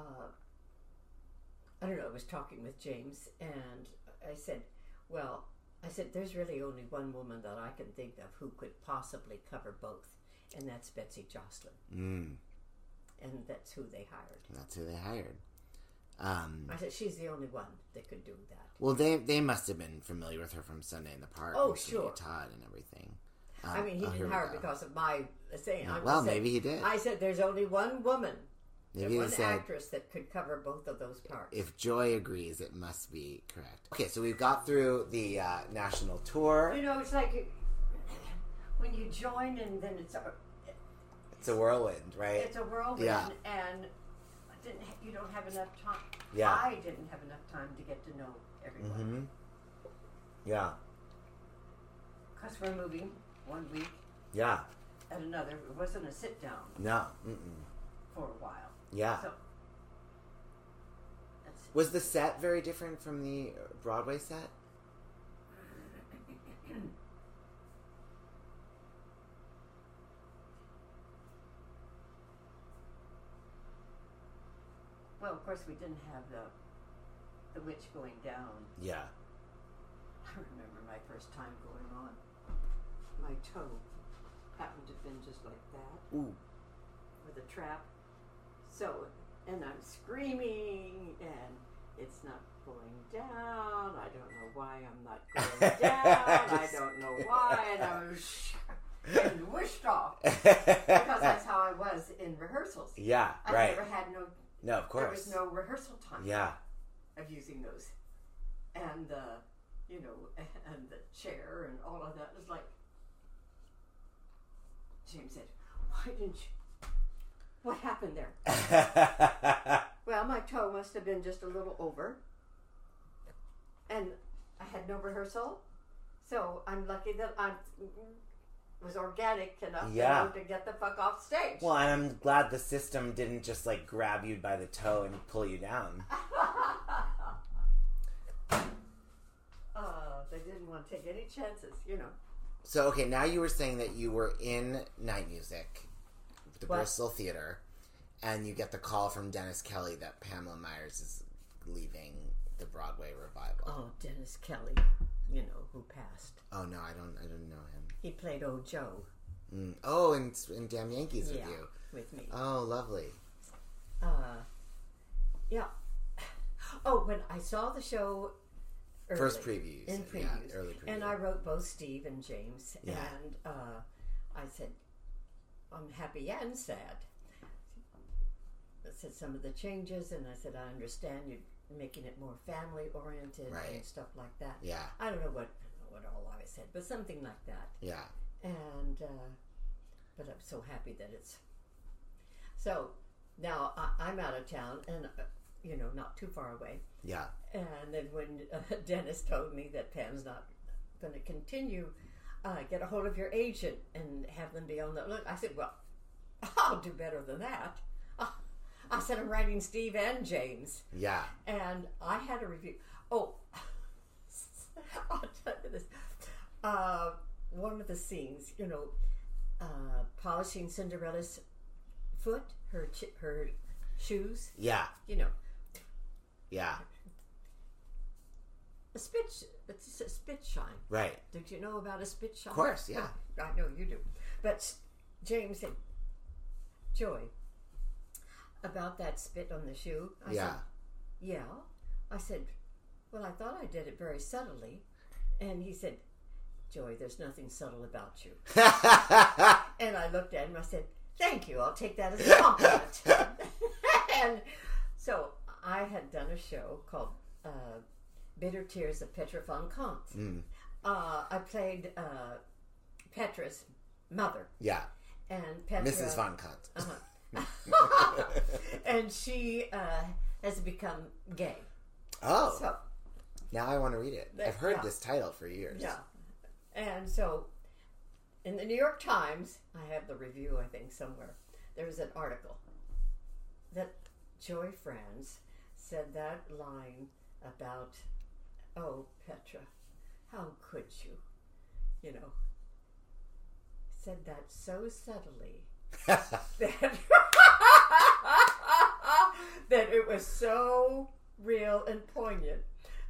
D: I don't know. I was talking with James, and I said, "Well, I said there's really only one woman that I can think of who could possibly cover both, and that's Betsy Jocelyn,
B: Mm,
D: and that's who they hired."
B: that's who they hired. Um,
D: I said, "She's the only one that could do that."
B: Well, they they must have been familiar with her from Sunday in the Park.
D: Oh,
B: and Sweeney
D: sure.
B: Todd and everything.
D: I
B: Um,
D: mean, he
B: oh, here
D: didn't
B: we
D: hire
B: go.
D: because of my saying.
B: Yeah,
D: I
B: well,
D: just said-
B: maybe he did.
D: I said, "There's only one woman,
B: Maybe
D: one
B: they said
D: actress that could cover both of those parts."
B: if Joy agrees, it must be correct. Okay, so we've got through the uh, national tour,
D: you know, it's like when you join, and then it's. uh,
B: it's a whirlwind, right?
D: It's a whirlwind,
B: Yeah.
D: and I didn't ha- you don't have enough time.
B: Yeah.
D: I didn't have enough time to get to know everyone
B: hmm Yeah,
D: because we're moving one week
B: yeah.
D: at another. It wasn't a sit down
B: No, mm-mm.
D: for a while.
B: yeah.
D: So
B: Was the set very different from the Broadway set?
D: well, of course, we didn't have the the witch going down.
B: Yeah.
D: I remember my first time going on. My toe happened to bend just like that
B: Ooh.
D: with a trap. So, and I'm screaming, and it's not going down. I don't know why I'm not going down. I don't know why. And I was sh- and whooshed off because that's how I was in rehearsals.
B: Yeah,
D: I
B: right.
D: never had no.
B: No, of
D: There was
B: course.
D: no rehearsal time
B: Yeah.
D: of using those, and the, you know, and the chair and all of that. It's like James said, "Why didn't you? What happened there?" well, my toe must have been just a little over, and I had no rehearsal, so I'm lucky that I was organic enough you
B: Yeah.
D: know, to get the fuck off stage.
B: Well, and I'm glad the system didn't just like grab you by the toe and pull you down.
D: Uh, they didn't want to take any chances, you know.
B: So okay, now you were saying that you were in night music, the
D: What?
B: Bristol Theater, and you get the call from Dennis Kelly that Pamela Myers is leaving the Broadway revival.
D: Oh, Dennis Kelly, you know who passed.
B: Oh no, I don't. I don't know him.
D: He played Old Joe.
B: Mm. Oh, and and Damn Yankees with
D: Yeah,
B: you.
D: with me.
B: Oh, lovely.
D: Uh, yeah. Oh, when I saw the show. Early,
B: First previews,
D: in
B: yeah,
D: previews,
B: early
D: and
B: preview.
D: I wrote both Steve and James,
B: Yeah.
D: and uh, I said, "I'm happy and sad." I said some of the changes, and I said, "I understand you're making it more family oriented
B: Right.
D: and stuff like that."
B: Yeah.
D: I don't know what I don't know what all I said, but something like that
B: Yeah.
D: and uh, but I'm so happy that it's so now I, I'm out of town and uh, you know not too far away
B: Yeah.
D: and then when uh, Dennis told me that Pam's not going to continue uh, get a hold of your agent and have them be on the look I said well I'll do better than that I said I'm writing Steve and James
B: Yeah.
D: and I had a review. Oh, I'll tell you this. Uh, one of the scenes, you know, uh, polishing Cinderella's foot, her ch- her shoes.
B: Yeah.
D: You know,
B: Yeah.
D: a spit. It's a spit shine.
B: Right.
D: Did you know about a spit shine?
B: Of course, yeah.
D: I know you do. But s- James said, Joy, about that spit on the shoe. I
B: Yeah.
D: Said, yeah. I said, Well, I thought I did it very subtly. And he said, Joy, there's nothing subtle about you. and I looked at him. I said, Thank you. I'll take that as a compliment. and so I had done a show called uh, Bitter Tears of Petra von Kant
B: Mm.
D: uh, I played uh, Petra's mother.
B: Yeah.
D: And Petra.
B: Mrs. Von Kant.
D: Uh-huh. and she uh, has become gay.
B: Oh.
D: So,
B: now I want to read it.
D: That-
B: I've heard
D: yeah.
B: this title for years.
D: yeah. And so in the New York Times, I have the review, I think, somewhere. There was an article that Joy Franz said that line about, oh, Petra, how could you? You know, said that so subtly that, that it was so real and poignant.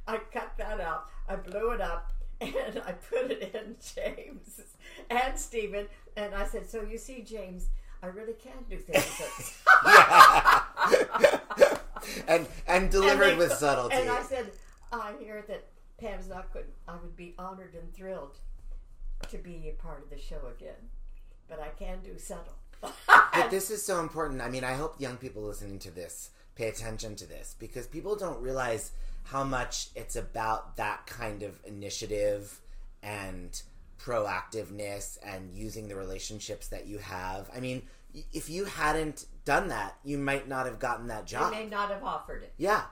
D: I cut that out, I blew it up, and I put it in James and Stephen. And I said, So you see, James, I really can do things. that-
B: And and delivered
D: they-
B: with subtlety.
D: And I said, I hear that Pam's not good. I would be honored and thrilled to be a part of the show again, but I can do subtle.
B: but this is so important. I mean, I hope young people listening to this pay attention to this because people don't realize how much it's about that kind of initiative and proactiveness and using the relationships that you have. I mean, y- if you hadn't done that, you might not have gotten that
D: They
B: job.
D: may not have offered it.
B: Yeah.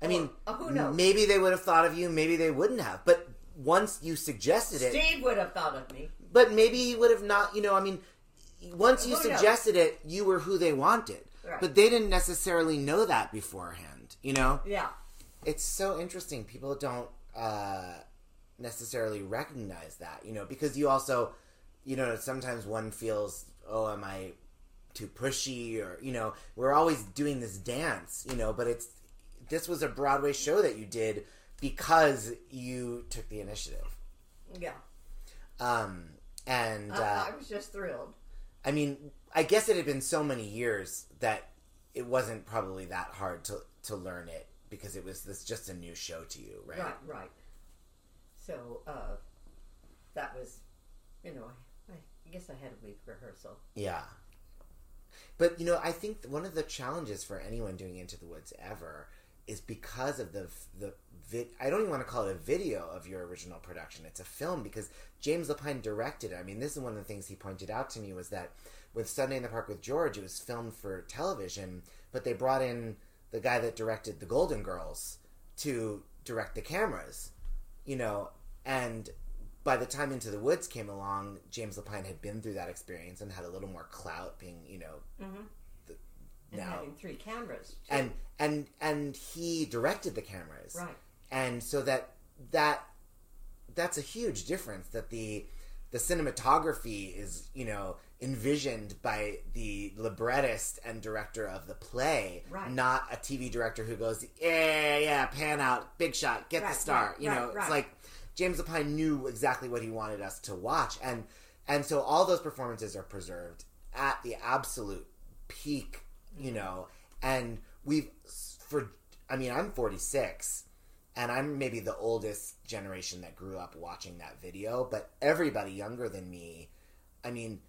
B: I mean,
D: Or- or who knows?
B: maybe they would have thought of you, maybe they wouldn't have. But once you suggested it,
D: Steve would have thought of me.
B: but maybe he would have not, you know, I mean, once you
D: Who knows?
B: suggested it, you were who they wanted.
D: Oh, Right.
B: But they didn't necessarily know that beforehand, you know?
D: Yeah.
B: It's so interesting. People don't uh, necessarily recognize that, you know, because you also, you know, sometimes one feels, oh, am I too pushy? Or, you know, we're always doing this dance, you know, but it's, this was a Broadway show that you did because you took the initiative.
D: Yeah.
B: Um, and, uh,
D: I, I was just thrilled.
B: I mean, I guess it had been so many years that it wasn't probably that hard to to learn it because it was this just a new show to you, right?
D: Right, right. So uh, that was, you know, I, I guess I had a week rehearsal.
B: Yeah. But you know, I think one of the challenges for anyone doing Into the Woods ever is because of the the vid, I don't even want to call it a video of your original production. It's a film because James Lapine directed. it. I mean, this is one of the things he pointed out to me was that with Sunday in the Park with George, it was filmed for television, but they brought in the guy that directed The Golden Girls to direct the cameras, you know, and by the time Into the Woods came along, James Lapine had been through that experience and had a little more clout being, you know,
D: Mm-hmm. And
B: now
D: having three cameras. too.
B: and and and he directed the cameras
D: Right.
B: and so that that that's a huge difference that the the cinematography is you know envisioned by the librettist and director of the play,
E: Right.
B: not a TV director who goes, yeah, yeah, pan out, big shot, get
E: Right,
B: the star.
E: right,
B: you know,
E: right,
B: it's
E: right.
B: like James Lapine knew exactly what he wanted us to watch, and and so all those performances are preserved at the absolute peak, you know. And we've for I mean, I'm 46, and I'm maybe the oldest generation that grew up watching that video, but everybody younger than me, I mean,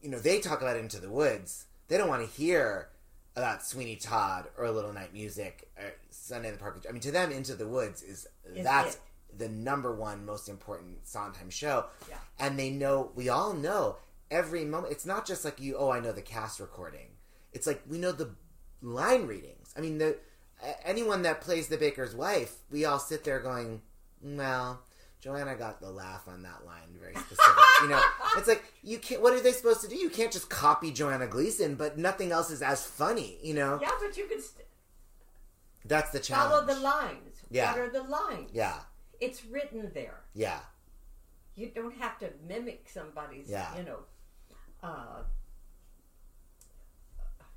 B: you know, they talk about Into the Woods. They don't want to hear about Sweeney Todd or Little Night Music or Sunday in the Park. I mean, to them, Into the Woods is
E: Is
B: that's
E: it.
B: the number one most important Sondheim show.
E: Yeah.
B: And they know, we all know every moment. It's not just like you, oh, I know the cast recording. It's like we know the line readings. I mean, the a- anyone that plays the baker's wife, we all sit there going, well, Joanna got the laugh on that line very specific. you know, it's like you can't. What are they supposed to do? You can't just copy Joanna Gleason, but nothing else is as funny. You know,
D: Yeah, but you can st-
B: that's the
D: follow
B: challenge.
D: the lines.
B: Yeah.
D: What are the lines?
B: Yeah,
D: It's written there.
B: yeah,
D: You don't have to mimic somebody's,
B: Yeah.
D: you know. Uh,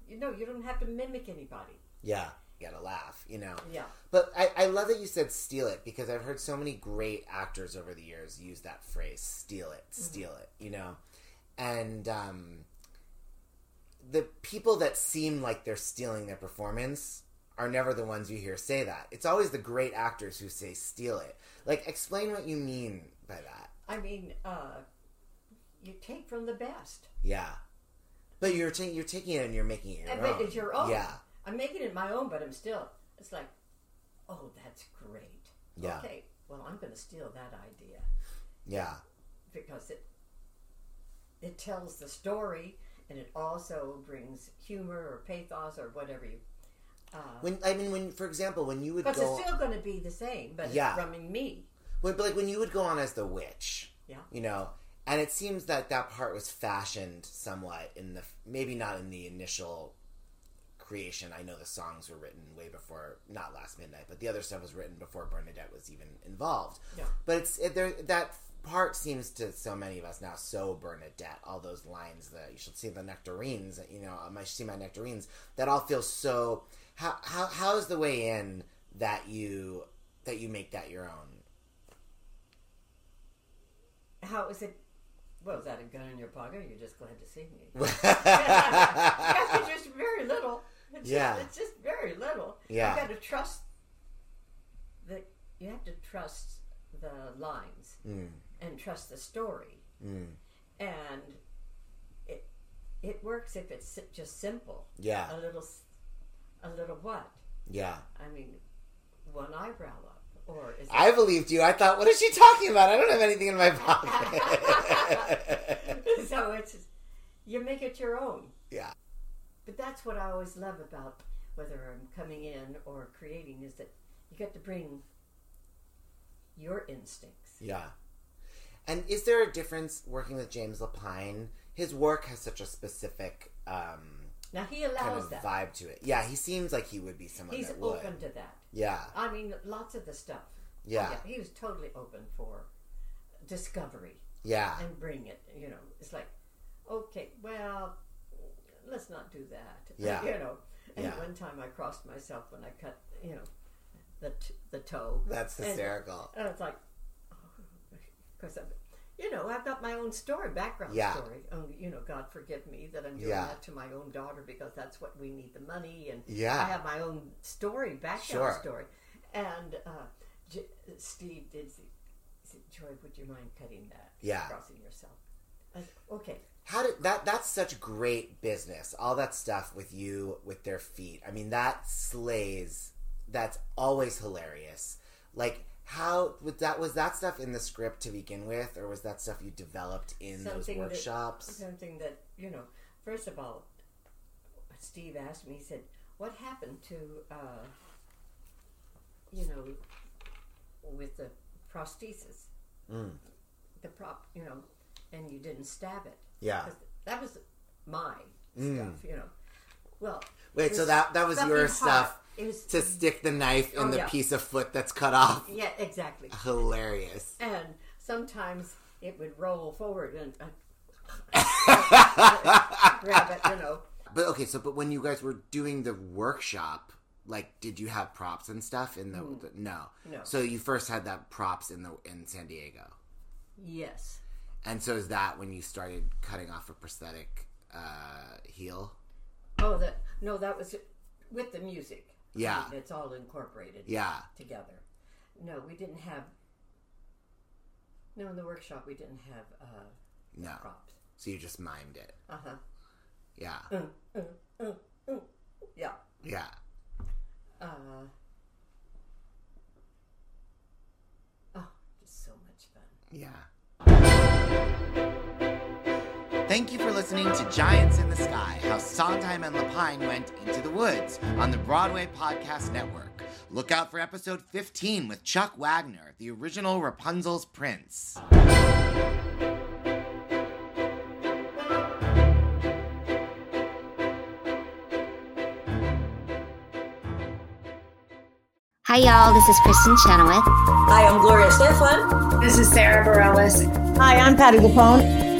D: you know, you don't have to mimic anybody.
B: yeah. You gotta laugh. You know.
D: Yeah.
B: But I, I love that you said steal it because I've heard so many great actors over the years use that phrase steal it,
D: Mm-hmm.
B: steal it, you know? And um, the people that seem like they're stealing their performance are never the ones you hear say that. It's always the great actors who say steal it. Like, explain what you mean by that.
D: I mean, uh, you take from the best.
B: Yeah. But you're, ta- you're taking it and you're making it your
D: and
B: own.
D: make it your own.
B: Yeah.
D: I'm making it my own, but I'm still, it's like, oh, that's great.
B: Yeah.
D: Okay, well, I'm going to steal that idea
B: Yeah.
D: because it it tells the story and it also brings humor or pathos or whatever you. Uh,
B: When I mean, when for example, when you would
D: because
B: go,
D: it's still going to be the same, but
B: Yeah.
D: it's from me.
B: when, but like when you would go on as the witch,
D: Yeah.
B: you know and it seems that that part was fashioned somewhat in the maybe not in the initial creation i know the songs were written way before not last midnight but the other stuff was written before bernadette was even involved
E: Yeah.
B: but it's it, there that part seems to so many of us now so bernadette all those lines that you should see the nectarines you know um, i should see my nectarines that all feels so how how how is the way in that you that you make that your own
D: How is it? Well, is that a gun in your pocket? Or you're just glad to see me. it's just very little. It's
E: Yeah.
D: Just, it's just very little.
E: Yeah.
D: You got to trust the. You have to trust the lines
E: Mm.
D: and trust the story,
E: Mm.
D: and it it works if it's si- just simple.
E: Yeah.
D: A little, s- a little what?
B: yeah
D: I mean, one eyebrow up, or is
B: I
D: that-
B: believed you. I thought, what is she talking about? I don't have anything in my pocket.
D: so it's you make it your own.
B: yeah.
D: But that's what I always love about whether I'm coming in or creating is that you get to bring your instincts.
B: Yeah. And is there a difference working with James Lapine? His work has such a specific um,
D: Now he
B: kind
D: allows
B: of
D: that.
B: vibe to it. Yeah, he seems like he would be someone
D: He's
B: that would.
D: open Oh, to that.
B: Yeah.
D: I mean, lots of the stuff. Oh,
B: Yeah.
D: He was totally open for discovery.
B: Yeah.
D: And bring it. You know, it's like, okay, well, let's not do that.
E: Yeah.
D: You know. And
E: Yeah.
D: one time I crossed myself when I cut, you know, the t- the toe.
E: That's
D: And-
E: hysterical.
D: And, it's like, because I'm, you know, I've got my own story, background
E: Yeah.
D: story. Oh, you know, God forgive me that I'm doing
E: Yeah.
D: that to my own daughter because that's what we need the money and
E: Yeah.
D: I have my own story, background
E: Sure.
D: story. And uh, J- Steve did say, said, Joy, would you mind cutting that?
B: Yeah.
D: Crossing yourself. I said, okay.
B: How did that? That's such great business. All that stuff with you with their feet. I mean, that slays. That's always hilarious. Like how with that was that stuff in the script to begin with, or was that stuff you developed in
D: something
B: those workshops?
D: That, something that, you know, first of all, Steve asked me, he said, what happened to, uh, you know, with the prosthesis?
E: Mm.
D: the prop, you know, and you didn't stab it.
B: Yeah.
D: 'Cause That was my
B: Mm.
D: stuff, you know. Well,
B: Wait,
D: it
B: so that that was your
D: something
B: stuff
D: hard. It was
B: to stick the knife in
D: Oh,
B: the
D: yeah.
B: piece of foot that's cut off.
D: yeah,
B: Uh-huh.
D: exactly.
B: Hilarious.
D: And uh, sometimes it would roll forward, and I, rabbit, you know.
B: But okay, so but when you guys were doing the workshop, like, did you have props and stuff in the?
D: Mm.
B: the- no.
D: No.
B: So you first had that props in the in San Diego,
D: Yes.
B: and so is that when you started cutting off a prosthetic uh, heel?
D: Oh, that no, that was with the music.
B: Yeah.
D: it's all incorporated.
B: Yeah.
D: together. No, we didn't have. No, in the workshop we didn't have. Uh
B: No.
D: Props. Uh. Uh-huh.
B: So you just mimed it.
D: huh.
B: Yeah.
D: Yeah.
B: Yeah.
D: Uh, oh, just so much fun.
B: Yeah.
H: Thank you for listening to Giants in the Sky How Sondheim and Lapine Went into the Woods on the Broadway Podcast Network. Look out for episode 15 with Chuck Wagner, the original Rapunzel's Prince.
E: Hi, y'all. This is Kristen Chenoweth.
I: Hi, I'm Gloria Stefan. This is Sarah Bareilles.
J: Hi, I'm Patty Lapone.